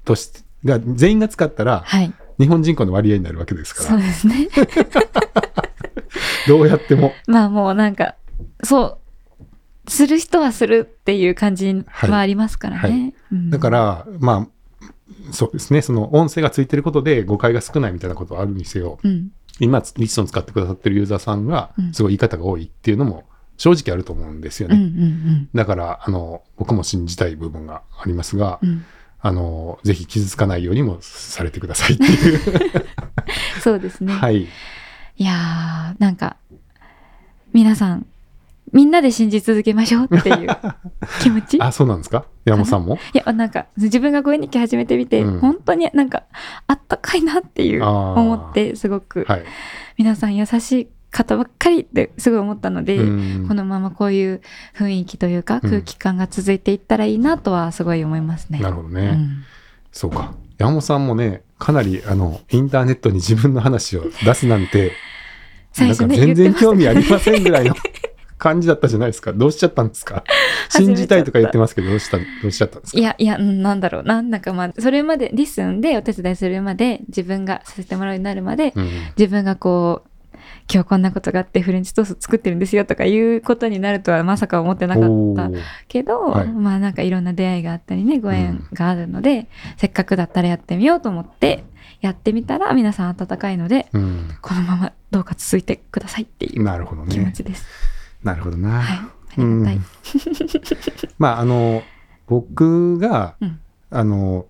Speaker 2: として、が全員が使ったら、
Speaker 3: はい。
Speaker 2: 日本人口の割合になるわけですか
Speaker 3: そう
Speaker 2: ら、
Speaker 3: ですね。
Speaker 2: どうやっても。
Speaker 3: まあもうなんか、そう、する人はするっていう感じ
Speaker 2: はい
Speaker 3: はありますからね。
Speaker 2: はい
Speaker 3: うん
Speaker 2: だから、まあ、そうですね、その音声がついてることで誤解が少ないみたいなことはあるにせよ、
Speaker 3: うん、
Speaker 2: 今、リスン使ってくださってるユーザーさんが
Speaker 3: う、ん
Speaker 2: すごい言い方が多いっていうのも正直あると思うんですよ
Speaker 3: うん、う
Speaker 2: ね。
Speaker 3: ん、うん
Speaker 2: だから、あの、僕も信じたい部分がありますが、
Speaker 3: うん。
Speaker 2: あの、ぜひ傷つかないようにもされてくださいって いう。
Speaker 3: そうですね。
Speaker 2: はい。
Speaker 3: いやー、なんか、皆さん、みんなで信じ続けましょうっていう気持ち。い
Speaker 2: あ、そうなんですか山本さんも
Speaker 3: や、なんか、自分が声日記始めてみて、
Speaker 2: うん
Speaker 3: 本当になんか、あったかいなっていう
Speaker 2: あー
Speaker 3: 思って、すごく、
Speaker 2: はい。
Speaker 3: 皆さん優しい方ばっかりってすごい思ったので、
Speaker 2: うん
Speaker 3: このままこういう雰囲気というか
Speaker 2: うん
Speaker 3: 空気感が続いていったらいいなとはすごい思いますね。
Speaker 2: なるほどね。
Speaker 3: うん
Speaker 2: そうか。山本さんもね、かなり、あの、インターネットに自分の話を出すなんて、
Speaker 3: 最初ね
Speaker 2: なんか全
Speaker 3: 言
Speaker 2: 然
Speaker 3: って
Speaker 2: 興
Speaker 3: ま
Speaker 2: 味
Speaker 3: した
Speaker 2: あ
Speaker 3: ね
Speaker 2: りませんぐらいの 感じだったじゃないですか。どうしちゃったんです か信じたいとか言ってますけど、どうした、どうしちゃったんですか
Speaker 3: いやいや、うんなんだろうな。なんかまあ、それまで、リスンでお手伝いするまで、自分がさせてもらうようになるまで、
Speaker 2: うん。
Speaker 3: 自分がこう、今日こんなことがあってフレンチトースト作ってるんですよとかいうことになるとはまさか思ってなか
Speaker 2: お
Speaker 3: った
Speaker 2: ー
Speaker 3: けど、
Speaker 2: はい
Speaker 3: まあなんかいろんな出会いがあったりねご縁があるので、せっかくだったらやってみようと思ってやってみたら皆さん温かいので
Speaker 2: うん。
Speaker 3: このままどうか続いてくださいっていう
Speaker 2: なるほど
Speaker 3: 気持
Speaker 2: ね。
Speaker 3: ちです。
Speaker 2: なるほどな。
Speaker 3: はい、ありがたい。
Speaker 2: まああの僕が、
Speaker 3: うん
Speaker 2: あの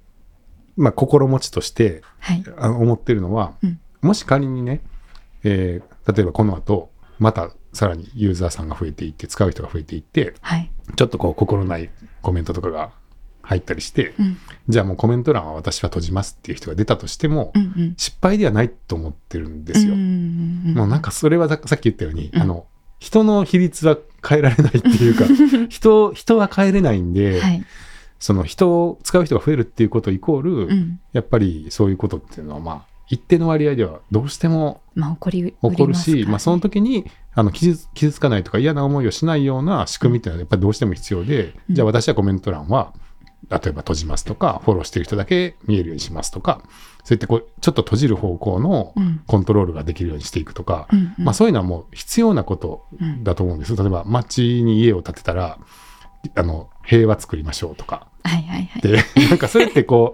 Speaker 2: まあ心持ちとして
Speaker 3: はい、
Speaker 2: あの思ってるのは、
Speaker 3: うん
Speaker 2: もし仮にね、えー例えばこの後またさらにユーザーさんが増えていって使う人が増えていって
Speaker 3: はい、
Speaker 2: ちょっとこう心ないコメントとかが入ったりして、
Speaker 3: うん、
Speaker 2: じゃあもうコメント欄は私は閉じますっていう人が出たとしても、
Speaker 3: うん、うん、
Speaker 2: 失敗ではないと思ってるんですよ。
Speaker 3: うんうんうん、
Speaker 2: もうなんかそれはささっき言ったように、
Speaker 3: うん
Speaker 2: あの人の比率は変えられないっていうか 人人は変えれないんで、
Speaker 3: はい、
Speaker 2: その人を使う人が増えるっていうことイコール、
Speaker 3: うん、
Speaker 2: やっぱりそういうことっていうのはまあ一定の割合ではどうしても
Speaker 3: まあ起こり
Speaker 2: 起こるしま、あ、その時
Speaker 3: 時
Speaker 2: にあの傷つ傷つかないとか嫌な思いをしないような仕組みっていうのはやっぱりどうしても必要で、
Speaker 3: うん
Speaker 2: じゃあ私はコメント欄は例えば閉じますとかフォローしてる人だけ見えるようにしますとかそういってこうちょっと閉じる方向の
Speaker 3: うん、
Speaker 2: コントロールができるようにしていくとか、
Speaker 3: うん、うん
Speaker 2: まあ、そういうのはもう必要なこと
Speaker 3: うん
Speaker 2: だと思うんです例えば町に家を建てたらあの平和作りましょうとか
Speaker 3: はい、はい、はい、
Speaker 2: でなんかそれって こ
Speaker 3: う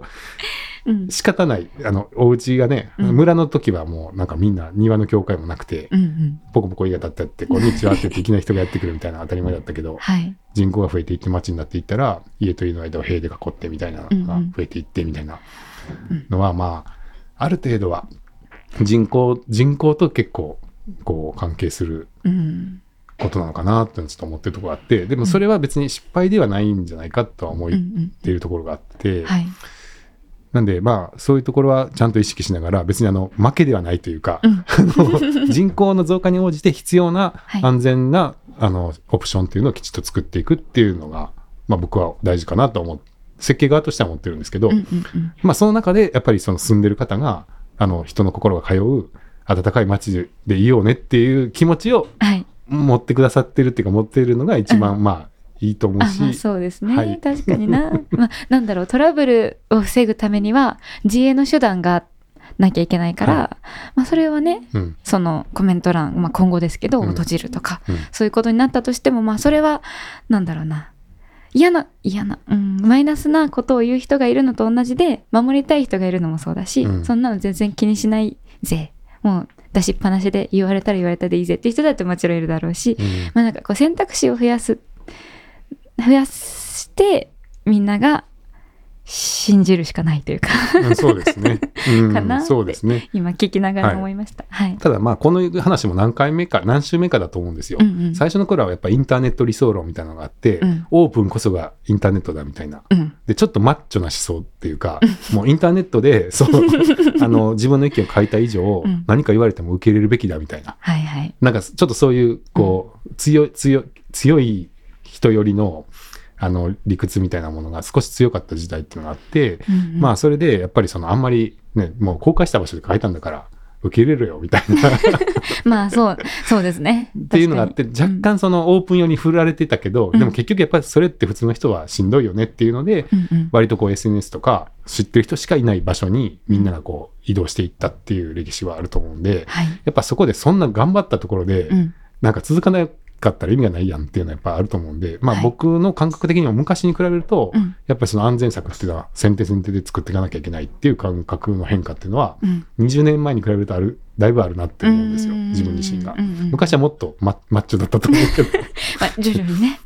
Speaker 3: ん
Speaker 2: う、仕方ないあのお家がね、
Speaker 3: うん
Speaker 2: 村の時はもうなんかみんな庭の境界もなくて、
Speaker 3: うん、うん、
Speaker 2: ポコポコ家が建ってあってこう道をあってっていきなり人がやってくるみ たいな当たり前だったけど
Speaker 3: はい、
Speaker 2: 人口が増えていって町になっていったら家と家の間を塀で囲ってみたいなのが増えていってみたいなのは、まあある程度は人口人口と結構こう関係する
Speaker 3: うん、
Speaker 2: ことなのかなってのはちょっと思ってるところがあってでもそれは別に失敗ではないんじゃないかとは思
Speaker 3: う
Speaker 2: っ
Speaker 3: ん、うん、
Speaker 2: ているところがあって、
Speaker 3: はい、
Speaker 2: なんでまあそういうところはちゃんと意識しながら別にあの負けではないという か、
Speaker 3: うん、
Speaker 2: あの人口の増加に応じて必要な
Speaker 3: はい
Speaker 2: 安全な、あのオプションっていうのをきちっと作っていくっていうのが、まあ、僕は大事かなと思う設計側としては思ってるんですけど、
Speaker 3: うん、うん、うん、
Speaker 2: まあ、その中でやっぱりその住んでる方があの人の心が通う温かい街でいようねっていう気持ちを
Speaker 3: はい、
Speaker 2: 持ってくださってるっていうか持っているのが一番まあいいと思う
Speaker 3: あ、
Speaker 2: し、
Speaker 3: まあそうですね、
Speaker 2: はい
Speaker 3: 確かにな、まあなんだろうトラブルを防ぐためには自衛の手段がなきゃいけないから、まあそれはね
Speaker 2: うん
Speaker 3: そのコメント欄、まあ、今後ですけど、
Speaker 2: うん
Speaker 3: 閉じるとか、
Speaker 2: うん
Speaker 3: そういうことになったとしても、まあ、それは、なんだろうな。嫌な、嫌な、うん、マイナスなことを言う人がいるのと同じで、守りたい人がいるのもそうだし、
Speaker 2: うん
Speaker 3: そんなの全然気にしないぜ。もう出しっぱなしで言われたら言われたでいいぜっていう人だってもちろんいるだろうし、
Speaker 2: うん
Speaker 3: まあなんかこう選択肢を増やす、増やして、みんなが信じるしかないというか、
Speaker 2: うんそうですね、
Speaker 3: か
Speaker 2: う
Speaker 3: なっ
Speaker 2: ん、
Speaker 3: て
Speaker 2: そうですね
Speaker 3: 今聞きながら思いました。はい。
Speaker 2: ただまあこの話も何回目か何週目かだと思うんですよ、
Speaker 3: うんうん。
Speaker 2: 最初の頃はやっぱインターネット理想論みたいなのがあって、
Speaker 3: うん
Speaker 2: オープンこそがインターネットだみたいな
Speaker 3: うん。
Speaker 2: でちょっとマッチョな思想っていうかもうインターネット でそうあの自分の意見を変えた以上、
Speaker 3: うん
Speaker 2: 何か言われても受け入れるべきだみたいな
Speaker 3: はいはい。
Speaker 2: なんかちょっとそういうこう、強い強い強い人よりのあの理屈みたいなものが少し強かった時代っていうのがあって、
Speaker 3: うんうん
Speaker 2: まあそれでやっぱりそのあんまりねもう公開した場所で書いたんだから受け入れるよみたいなっ
Speaker 3: まあそうそうですね
Speaker 2: ていうのがあ って若干そのオープン用に振られてたけど、
Speaker 3: うん
Speaker 2: でも結局やっぱりそれって普通の人はしんどいよねっていうので
Speaker 3: 確かにうんうん
Speaker 2: 割とこう SNS とか知ってる人しかいない場所にみんながこう移動していったっていう歴史はあると思うんで
Speaker 3: はい
Speaker 2: やっぱそこでそんな頑張ったところで
Speaker 3: うん
Speaker 2: なんか続かなかったら意味がないやんっていうのはやっぱあると思うんでま
Speaker 3: は
Speaker 2: あ
Speaker 3: い
Speaker 2: 僕の感覚的にも昔に比べると
Speaker 3: うん
Speaker 2: やっぱりその安全策っていうのは先手先手で作っていかなきゃいけないっていう感覚の変化っていうのは
Speaker 3: うん
Speaker 2: 20年前に比べるとあるだいぶあるなって思うんですよ
Speaker 3: う
Speaker 2: 自分自身が
Speaker 3: う。んうん
Speaker 2: 昔はもっとママッチョだったと思うけ ど
Speaker 3: まあ、徐々にね、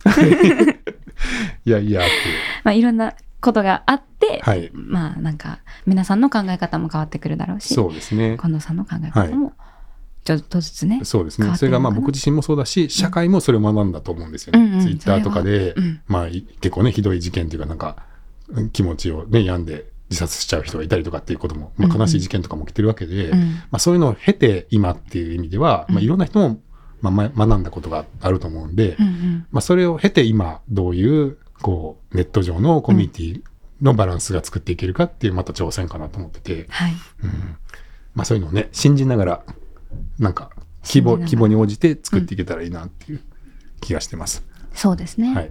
Speaker 2: いやいやっていう
Speaker 3: まあ、いろんなことがあって、
Speaker 2: はい
Speaker 3: まあなんか皆さんの考え方も変わってくるだろうし
Speaker 2: そうですね。
Speaker 3: 近藤さんの考え方もちょっとずつね、
Speaker 2: そうです
Speaker 3: 変わ
Speaker 2: ね。
Speaker 3: って
Speaker 2: そ
Speaker 3: る
Speaker 2: れ
Speaker 3: のか
Speaker 2: が
Speaker 3: な
Speaker 2: まあ僕自身もそうだし、社会もそれを学んだと思うんですよね。
Speaker 3: うんうん
Speaker 2: ツイッターとかで、
Speaker 3: うん
Speaker 2: まあい結構ね、ひどい事件というか、なんかうん気持ちをね、病んで自殺しちゃう人がいたりとかっていうことも、ま
Speaker 3: うん
Speaker 2: あ、
Speaker 3: うん
Speaker 2: 悲しい事件とかも起きてるわけで、
Speaker 3: うん
Speaker 2: まあそういうのを経て今っていう意味では、
Speaker 3: うん
Speaker 2: まあいろんな人も、まあま、学んだことがあると思うんで、
Speaker 3: うんうん
Speaker 2: まあそれを経て今どういう、こう、ネット上のコミュニティのバランスが作っていけるかっていうまた挑戦かなと思ってて、
Speaker 3: はい、
Speaker 2: うんまあそういうのをね信じながらなんか規模
Speaker 3: 信じながら
Speaker 2: 規模に応じて作っていけたらいいなっていう気がしてます。
Speaker 3: そうですね。、
Speaker 2: はい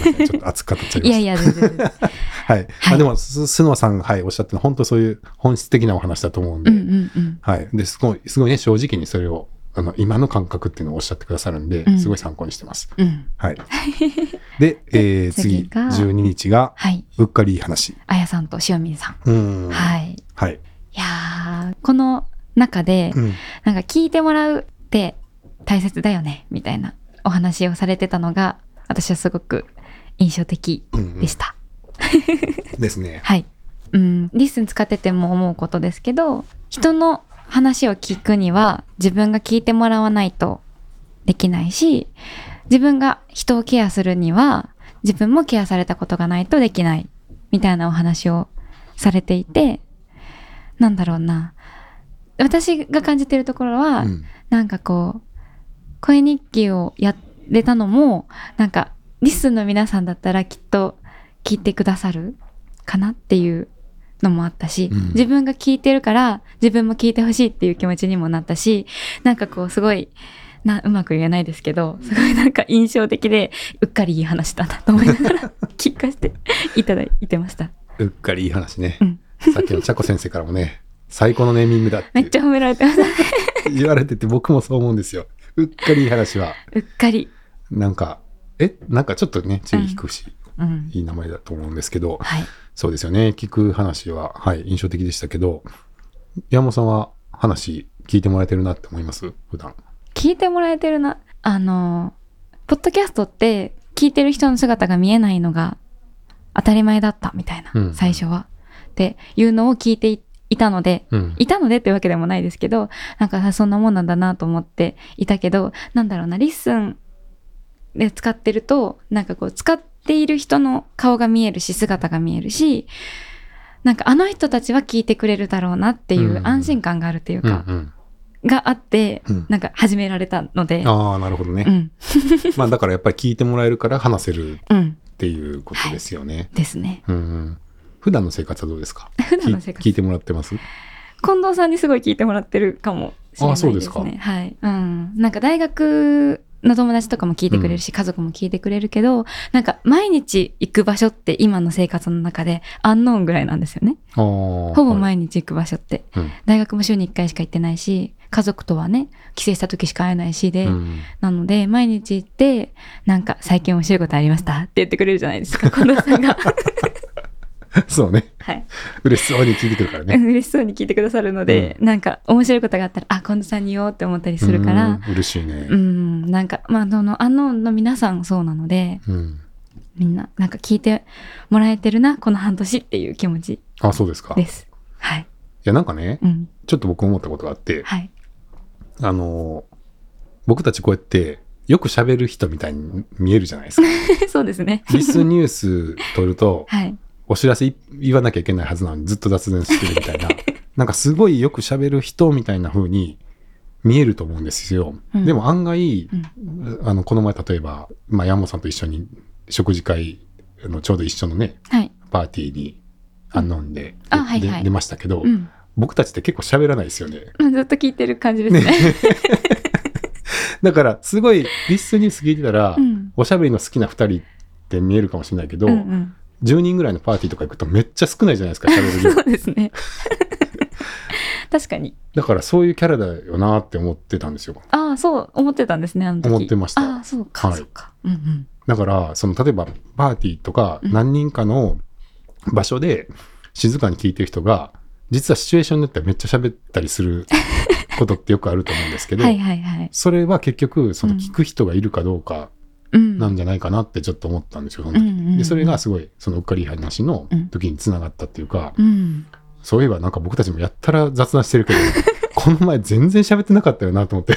Speaker 2: い。すいませんちょっと熱く語っちゃいました。
Speaker 3: やいや、全然全然
Speaker 2: はい。
Speaker 3: はい
Speaker 2: あでもすスノーさんがはいおっしゃってるのは本当そういう本質的なお話だと思うん
Speaker 3: う
Speaker 2: で、
Speaker 3: んうんうん。
Speaker 2: はい。ですごいすごいね正直にそれをあの今の感覚っていうのをおっしゃってくださるんで、
Speaker 3: うん
Speaker 2: すごい参考にしてます。
Speaker 3: うん、
Speaker 2: はい。で、えー次
Speaker 3: 次が
Speaker 2: 12日が
Speaker 3: はい、
Speaker 2: うっかりいい話。
Speaker 3: あやさんと塩見さん。
Speaker 2: うん。い。
Speaker 3: はい。い
Speaker 2: はい。
Speaker 3: やーこの中で、
Speaker 2: うん。
Speaker 3: なんか聞いてもらうって大切だよねみたいなお話をされてたのが、私はすごく印象的
Speaker 2: うんうん
Speaker 3: でした。
Speaker 2: ですね。
Speaker 3: はい。うん、リスン使ってても思うことですけど、人の話を聞くには自分が聞いてもらわないとできないし、自分が人をケアするには自分もケアされたことがないとできないみたいなお話をされていて、なんだろうな。私が感じてるところは、
Speaker 2: うん。
Speaker 3: なんかこう、声日記をやれたのも、なんか、リスンの皆さんだったらきっと聞いてくださるかなっていうのもあったし、
Speaker 2: うん
Speaker 3: 自分が聞いてるから自分も聞いてほしいっていう気持ちにもなったし、なんかこうすごい、なうまく言えないですけど、すごいなんか印象的で、うっかりいい話だなと思いながら聞かせていただいてました。
Speaker 2: うっかりいい話ね
Speaker 3: う。ん。
Speaker 2: さっきのちゃこ先生からもね、最高のネーミングだっ
Speaker 3: めってちゃ褒められてまし た。
Speaker 2: 言われてて、僕もそう思うんですよ。うっかりいい話は、
Speaker 3: うっかり。
Speaker 2: なんか、え、なんかちょっとね、注意引くし、
Speaker 3: うん。
Speaker 2: いい名前だと思うんですけど、
Speaker 3: はい。
Speaker 2: そうですよね、聞く話は、はい、印象的でしたけど、山本さんは話聞いてもらえてるなって思います普段。
Speaker 3: 聞いてもらえてるなあのポッドキャストって聞いてる人の姿が見えないのが当たり前だったみたいな、
Speaker 2: うん
Speaker 3: 最初は。っていうのを聞いていいたので
Speaker 2: うん。
Speaker 3: いたのでってわけでもないですけどなんかあそんなもんなんだなと思っていたけどなんだろうなリッスンで使ってるとなんかこう使っている人の顔が見えるし姿が見えるしなんかあの人たちは聞いてくれるだろうなってい
Speaker 2: うん
Speaker 3: う安心感があるという
Speaker 2: うんう
Speaker 3: か、
Speaker 2: ん。
Speaker 3: があって、
Speaker 2: うん
Speaker 3: なんか始められたので。
Speaker 2: ああ、なるほど
Speaker 3: う
Speaker 2: ね。
Speaker 3: ん、
Speaker 2: まあだからやっぱり聞いてもらえるから話せる
Speaker 3: うん、
Speaker 2: っていうことですよね。
Speaker 3: ですね。
Speaker 2: うんうん。普段の生活はどうですか
Speaker 3: 普段の生活
Speaker 2: 聞いてもらってます
Speaker 3: 近藤さんにすごい聞いてもらってるかもしれないですね。
Speaker 2: あそうですか
Speaker 3: はい。うん。なんか大学の友達とかも聞いてくれるし、家族も聞いてくれるけど、なんか毎日行く場所って今の生活の中でアンノーンぐらいなんですよね。
Speaker 2: ほ
Speaker 3: ほぼ毎日行く場所って。
Speaker 2: うん
Speaker 3: 大学も週に1回しか行ってないし、家族とはね、帰省した時しか会えないしで、
Speaker 2: うん
Speaker 3: なので、毎日行って、なんか最近面白いことありましたって言ってくれるじゃないですか、近藤さ んが。
Speaker 2: そうね。
Speaker 3: はい。
Speaker 2: 嬉しそうに聞いてくるからね。
Speaker 3: 嬉しそうに聞いてくださるので、なんか面白いことがあったらあ近藤さんに言おうって思ったりするか
Speaker 2: う
Speaker 3: ら
Speaker 2: ん。嬉しいね
Speaker 3: う。んなんかまあそのアンノーンの皆さんそうなので
Speaker 2: うん。
Speaker 3: みんななんか聞いてもらえてるなこの半年っていう気持ち
Speaker 2: あ、そうですか。
Speaker 3: で
Speaker 2: い
Speaker 3: すはい
Speaker 2: や、なんかね
Speaker 3: う、ん
Speaker 2: ちょっと僕思ったことがあって、
Speaker 3: はい
Speaker 2: あのー、僕たちこうやって、よく喋る人みたいに見えるじゃない ですか。
Speaker 3: そうですね
Speaker 2: リスニュース取ると、
Speaker 3: はい
Speaker 2: お知らせい言わなきゃいけないはずなのにずっと雑談してるみたい な、なんかすごいよく喋る人みたいな風に見えると思うんですよ。
Speaker 3: うん
Speaker 2: でも案外
Speaker 3: う、ん
Speaker 2: あの、この前例えば、まあ、ヤンモさんと一緒に食事会、あのちょうど一緒のね、
Speaker 3: はい
Speaker 2: パーティーに、あ飲んで、
Speaker 3: あ
Speaker 2: で
Speaker 3: はいはい
Speaker 2: で出ましたけど、
Speaker 3: うん
Speaker 2: 僕たちって結構喋らないですよね。
Speaker 3: ずっと聞いてる感じですね。
Speaker 2: だからすごいリスニュース聞いてたら、
Speaker 3: うん
Speaker 2: おしゃべりの好きな2人って見えるかもしれないけど、
Speaker 3: うんうん
Speaker 2: 10人ぐらいのパーティーとか行くとめっちゃ少ないじゃないですか、喋る量
Speaker 3: そ。うですね。 確かに。
Speaker 2: だからそういうキャラだよなって思ってたんですよ。
Speaker 3: ああ、そう思ってたんですね、あの時。
Speaker 2: 思ってました
Speaker 3: ああ、そうか、
Speaker 2: はい
Speaker 3: そうか。うんうん。
Speaker 2: だから、その例えばパーティーとか
Speaker 3: うん
Speaker 2: 何人かの場所で静かに聞いてる人が、実はシチュエーションによってはめっちゃ喋ったりす ることってよくあると思うんですけど、
Speaker 3: はいはいはい。
Speaker 2: それは結局、その
Speaker 3: うん
Speaker 2: 聞く人がいるかどうか
Speaker 3: うん。
Speaker 2: なんじゃないかなってちょっと思ったんですよ、その
Speaker 3: うんう
Speaker 2: 時
Speaker 3: んうん
Speaker 2: でそれが、すごい、そのうっかり話の
Speaker 3: うん
Speaker 2: 時につながったっていうか、
Speaker 3: うん。
Speaker 2: そういえばなんか僕たちもやったら雑談してる けど、この前全然喋ってなかったよなと思って。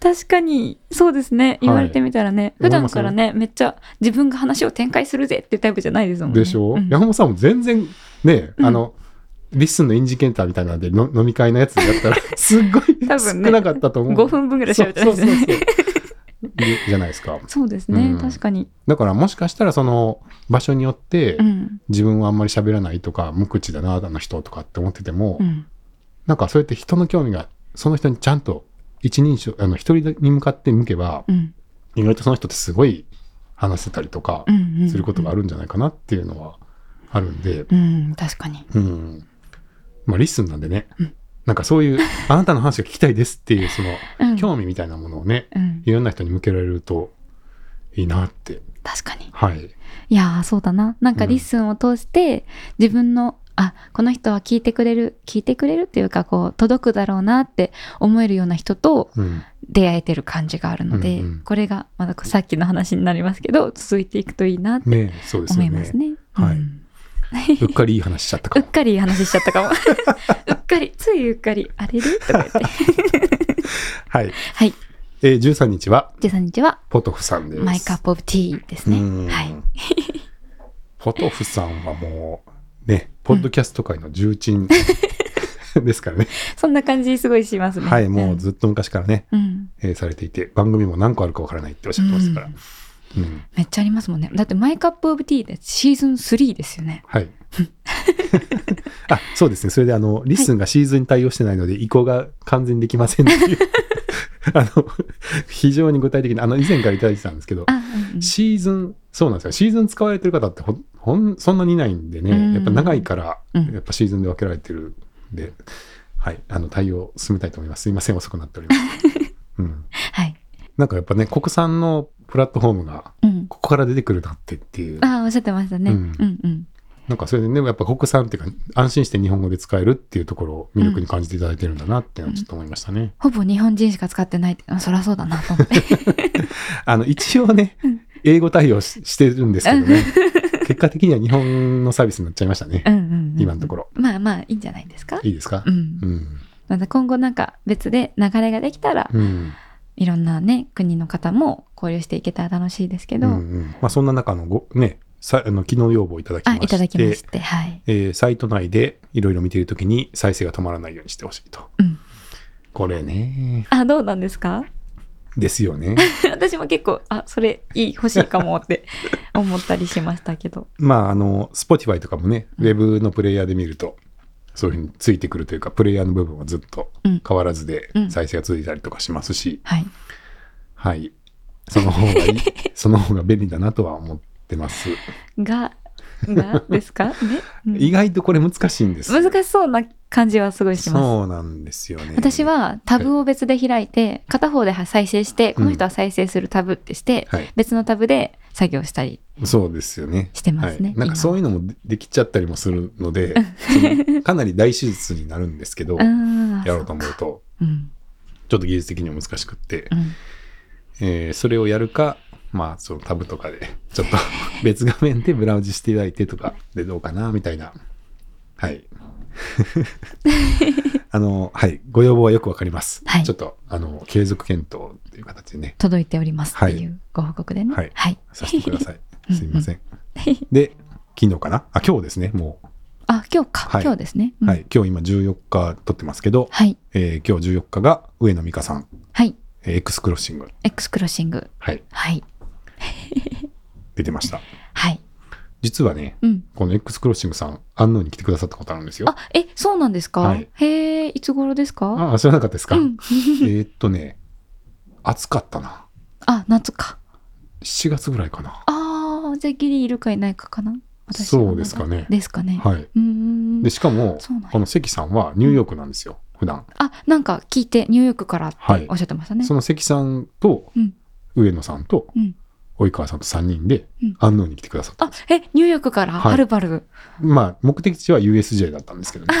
Speaker 3: 確かに、そうですね。言われてみたらね、
Speaker 2: 思い
Speaker 3: 普
Speaker 2: ます
Speaker 3: 段からね、めっちゃ自分が話を展開するぜっていうタイプじゃないですもんね。
Speaker 2: でしょ、
Speaker 3: うん
Speaker 2: 山本さんも全然ね、
Speaker 3: うん
Speaker 2: あのリッスンのインジケーターみたいなんでの飲み会のやつやった らすっごい
Speaker 3: 多
Speaker 2: 少
Speaker 3: 分ね
Speaker 2: なかったと思う、
Speaker 3: 5分分ぐらい喋ってないです
Speaker 2: そう
Speaker 3: ね。
Speaker 2: そうそういじゃないですか
Speaker 3: そうですね
Speaker 2: う、ん
Speaker 3: 確かに。
Speaker 2: だからもしかしたらその場所によって
Speaker 3: うん。
Speaker 2: 自分はあんまり喋らないとか無口だなあの人とかって思ってても、
Speaker 3: うん。
Speaker 2: なんかそうやって人の興味がその人にちゃんと一人称あの一人に向かって向けば
Speaker 3: うん。
Speaker 2: 意外とその人ってすごい話せたりとか
Speaker 3: うんうん。
Speaker 2: することがあるんじゃないかなっていうのはあるんで、
Speaker 3: うん、確かに。
Speaker 2: うん。まあ、リスンなんでね、
Speaker 3: うん
Speaker 2: なんか そういう、あなたの話が聞きたいですっていう、その、
Speaker 3: うん。
Speaker 2: 興味みたいなものをね、
Speaker 3: うん。
Speaker 2: いろんな人に向けられるといいなって。
Speaker 3: 確かに。
Speaker 2: はい。
Speaker 3: いやーそうだななんか
Speaker 2: うん
Speaker 3: リッスンを通して自分の、あこの人は聞いてくれる聞いてくれるっていうかこう届くだろうなって思えるような人と
Speaker 2: うん。
Speaker 3: 出会えてる感じがあるので、
Speaker 2: うんうん
Speaker 3: これがまださっきの話になりますけど続いていくといいなって
Speaker 2: ねそうですよ
Speaker 3: 思
Speaker 2: ね。
Speaker 3: いますね。
Speaker 2: はい
Speaker 3: うん
Speaker 2: うっかりいい話しちゃった
Speaker 3: う
Speaker 2: か
Speaker 3: っ
Speaker 2: も。
Speaker 3: かりいい話しちゃったかも。 うっかり、ついうっかり、あれれとか言って。
Speaker 2: はい。
Speaker 3: はい。
Speaker 2: えー、13日は、
Speaker 3: 13日は、
Speaker 2: ポトフさんです。
Speaker 3: マイカップオブティーですね。
Speaker 2: うん
Speaker 3: はい。
Speaker 2: ポトフさんはもう、ね、ポッドキャスト界の重 鎮ですからね。
Speaker 3: そんな感じすごいしますね。
Speaker 2: はい、もうずっと昔からね、
Speaker 3: うん、うん
Speaker 2: えーされていて、番組も何個あるかわからないっておっしゃってましたから。うん
Speaker 3: めっちゃありますもんね。だってマイカップオブティーでシーズン3ですよね。
Speaker 2: はい。 あそうですね。それで、あの、リッスンがシーズンに対応してないので、移行が完全にできませんって いう、あの、非常に具体的な、あの、以前からいただいてたんですけど、
Speaker 3: あ、うん
Speaker 2: シーズン、そうなんですよ。シーズン使われてる方ってほ、ほん、そんなにいないんで
Speaker 3: うん
Speaker 2: ね、やっぱ長いから、
Speaker 3: うん
Speaker 2: やっぱシーズンで分けられてるんで、はい、あの、対応を進めたいと思います。すいません、遅くなっております。 うん。
Speaker 3: はい。
Speaker 2: なんかやっぱね、国産のプラットフォームが、
Speaker 3: うん。
Speaker 2: ここから出てくるなってっていう。
Speaker 3: あ、おっしゃってましたね。う
Speaker 2: うんん、
Speaker 3: うん、うん。
Speaker 2: なんかそれでね、やっぱ国産っていうか、安心して日本語で使えるっていうところを魅力に感じていただいてるんだなっていうのはちょっと思いましたね。
Speaker 3: ほぼ日本人しか使ってないって、あそりゃそうだなと 思って。
Speaker 2: あの、一応ね、英語対応ししてるんですけどね、結果的には日本のサービスになっちゃいましたね
Speaker 3: う。ん、うん。
Speaker 2: 今のところ。
Speaker 3: まあまあ、いいんじゃないですか。
Speaker 2: いいですか
Speaker 3: うん
Speaker 2: う。ん。
Speaker 3: また今後なんか別で流れができたら、
Speaker 2: うん。
Speaker 3: いろんなね、国の方も交流していけたら楽しいですけ
Speaker 2: う
Speaker 3: ど、
Speaker 2: んうん。まあそんな中のご、ね、さあの機能要望をいただきま
Speaker 3: あ、
Speaker 2: し
Speaker 3: い
Speaker 2: て。
Speaker 3: ただきまして、はい。
Speaker 2: えーサイト内でいろいろ見てるときに再生が止まらないようにしてほしいと。
Speaker 3: うん
Speaker 2: これね、
Speaker 3: あ、どうなんですか
Speaker 2: ですよね。
Speaker 3: 私も結構、あ、それいい、欲しいかもって 思ったりしましたけど。
Speaker 2: まあ、あの、Spotify とかもね、ウェブのプレイヤーで見ると、そういうふうについてくるというか、プレイヤーの部分はずっと
Speaker 3: うん
Speaker 2: 変わらずで
Speaker 3: うん
Speaker 2: 再生が続いたりとかしますし、
Speaker 3: はい。
Speaker 2: はい。その方 がいい、その方が便利だなとは思ってます。
Speaker 3: が、がですかね。うん
Speaker 2: 意外とこれ難しいんですよ。
Speaker 3: 難しそうな感じはすごいします。
Speaker 2: そうなんですよね。
Speaker 3: 私、はタブを別で開いて、片方で再生して、この人は再生するタブってして、
Speaker 2: はい。
Speaker 3: 別のタブで作業したり
Speaker 2: そうですよね。
Speaker 3: してま
Speaker 2: は
Speaker 3: すね。
Speaker 2: い、なんかそういうのもでできちゃったりもするので、そのかなり大手術になるんですけど、
Speaker 3: 今
Speaker 2: や
Speaker 3: うん
Speaker 2: ろうと思うと、
Speaker 3: うん。
Speaker 2: ちょっと技術的にも難しくって
Speaker 3: う、ん。
Speaker 2: えーそれをやるか、まあ、そのタブとかで、ちょっと 別画面でブラウジしていただいてとかでどうかな、みたいな。はい。 あの、はい。ご要望はよくわかります。
Speaker 3: はい
Speaker 2: ちょっと、あの、継続検討という形でね、
Speaker 3: 届いておりますっていうご報告でね。
Speaker 2: はい
Speaker 3: はい。
Speaker 2: させてください。 すいません。で、昨日かなあ、今日ですね、もう。
Speaker 3: あ、今日か。
Speaker 2: はい
Speaker 3: 今日ですね。うん
Speaker 2: はい。。今日今14日撮ってますけど、
Speaker 3: はい。
Speaker 2: えー今日14日が上野美香さん、
Speaker 3: はい。
Speaker 2: えー X クロッシング。
Speaker 3: X クロッシング。
Speaker 2: はい。
Speaker 3: はい。
Speaker 2: 出てました。
Speaker 3: はい。
Speaker 2: 実はね、
Speaker 3: うん。
Speaker 2: この X クロッシングさん、安納に来てくださったことあるんですよ。
Speaker 3: あ、え、そうなんですか、
Speaker 2: はい
Speaker 3: へえ、いつ頃ですか
Speaker 2: あ、知らなかったですか、
Speaker 3: うん。
Speaker 2: えーっとね、暑かったな。
Speaker 3: あ、夏か。
Speaker 2: 7月ぐらいかな。
Speaker 3: ああ、じゃあギリいるかいないかかな私はまだ
Speaker 2: そうですかね。
Speaker 3: ですかね。
Speaker 2: はい。
Speaker 3: うーん。
Speaker 2: で、しかも
Speaker 3: そうなんや、
Speaker 2: この関さんはニューヨークなんですよ、普段。
Speaker 3: あ、なんか聞いて、ニューヨークからって
Speaker 2: はい
Speaker 3: おっしゃってましたね。
Speaker 2: その関さんと
Speaker 3: うん、
Speaker 2: 上野さんと
Speaker 3: うん、
Speaker 2: 及川さんと3人で
Speaker 3: うん、
Speaker 2: 安納に来てくださったん
Speaker 3: あ
Speaker 2: です。、
Speaker 3: え、ニューヨークから、
Speaker 2: はい
Speaker 3: はるばる。
Speaker 2: まあ、目的地は USJ だったんですけどね。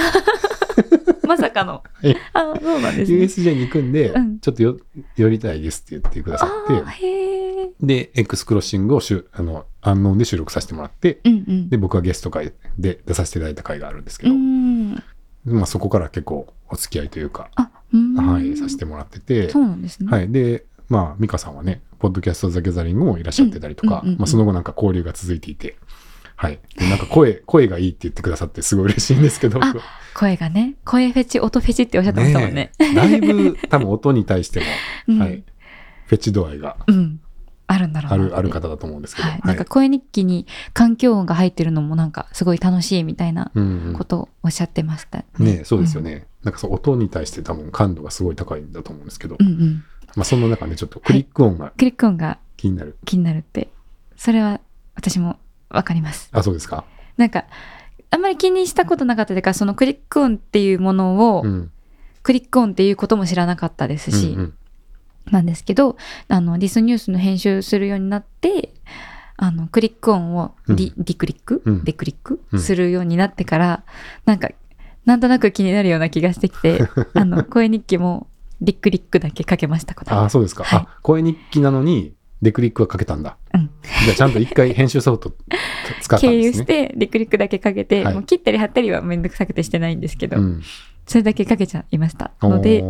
Speaker 3: まさかの
Speaker 2: い。
Speaker 3: あ、そうなんですね。
Speaker 2: USJ に行くんで
Speaker 3: うん、
Speaker 2: ちょっとよ寄りたいですって言ってくださ
Speaker 3: あ
Speaker 2: って
Speaker 3: ー、へえ。
Speaker 2: で、X クロッシングをしゅあの安納で収録させてもらって、
Speaker 3: うんうん。
Speaker 2: で、僕はゲスト会で出させていただいた回があるんですけ
Speaker 3: う
Speaker 2: ど、
Speaker 3: ん。
Speaker 2: まあ、そこから結構お付き合いというか、
Speaker 3: あ、うーん。
Speaker 2: はい、させてもらってて、
Speaker 3: そうなんですね。
Speaker 2: はい、で、まあ、美香さんはね、ポッドキャスト・ザ・ギャザリングもいらっしゃってたりとか、
Speaker 3: うんうんうんうん
Speaker 2: まあ、その後なんか交流が続いていて、はい、でなんか声、 声がいいって言ってくださって、すごい嬉しいんですけど、
Speaker 3: あ
Speaker 2: 僕
Speaker 3: 声がね、声フェチ、音フェチっておっしゃってましたもんね。
Speaker 2: えだいぶ多分音に対しても、
Speaker 3: うん
Speaker 2: はい、フェチ度合いが
Speaker 3: うん。あるんだろうな
Speaker 2: ある
Speaker 3: って
Speaker 2: ある方だと思うんですけど、
Speaker 3: はい。なんか声日記に環境音が入ってるのもなんかすごい楽しいみたいな
Speaker 2: うんうん
Speaker 3: ことをおっしゃってました。
Speaker 2: ねそうですよね、なんかそう音に対して多分感度がすごい高いんだと思うんですけど、
Speaker 3: うんうん。
Speaker 2: まあ、その中でちょっとクリック音が
Speaker 3: クリック音が
Speaker 2: 気になる、
Speaker 3: 気になるって、それは私もわかります。
Speaker 2: あそうですか、
Speaker 3: なんか、あんまり気にしたことなかったというか、そのクリック音っていうものを、
Speaker 2: うん
Speaker 3: クリック音っていうことも知らなかったですし、
Speaker 2: うんうん
Speaker 3: なんですけど、あの、ディスニュースの編集するようになって、あの、クリック音をディ、ディクリック、
Speaker 2: うん
Speaker 3: デクリック
Speaker 2: うん
Speaker 3: するようになってから、なんか、なんとなく気になるような気がしてき て、あの、声日記も、ディクリックだけかけましたこと
Speaker 2: あ
Speaker 3: あ
Speaker 2: あそうですか、
Speaker 3: はい
Speaker 2: あ声日記なのにデクリックはかけたんだ、
Speaker 3: うん
Speaker 2: じゃあちゃんと一回編集ソフト使ったん
Speaker 3: 経
Speaker 2: で
Speaker 3: 由
Speaker 2: す
Speaker 3: し
Speaker 2: ね
Speaker 3: て、ディクリックだけかけて、
Speaker 2: はい
Speaker 3: もう切ったり貼ったりはめんどくさくてしてないんですけど、
Speaker 2: うん、
Speaker 3: それだけかけちゃいました。
Speaker 2: おー
Speaker 3: ので、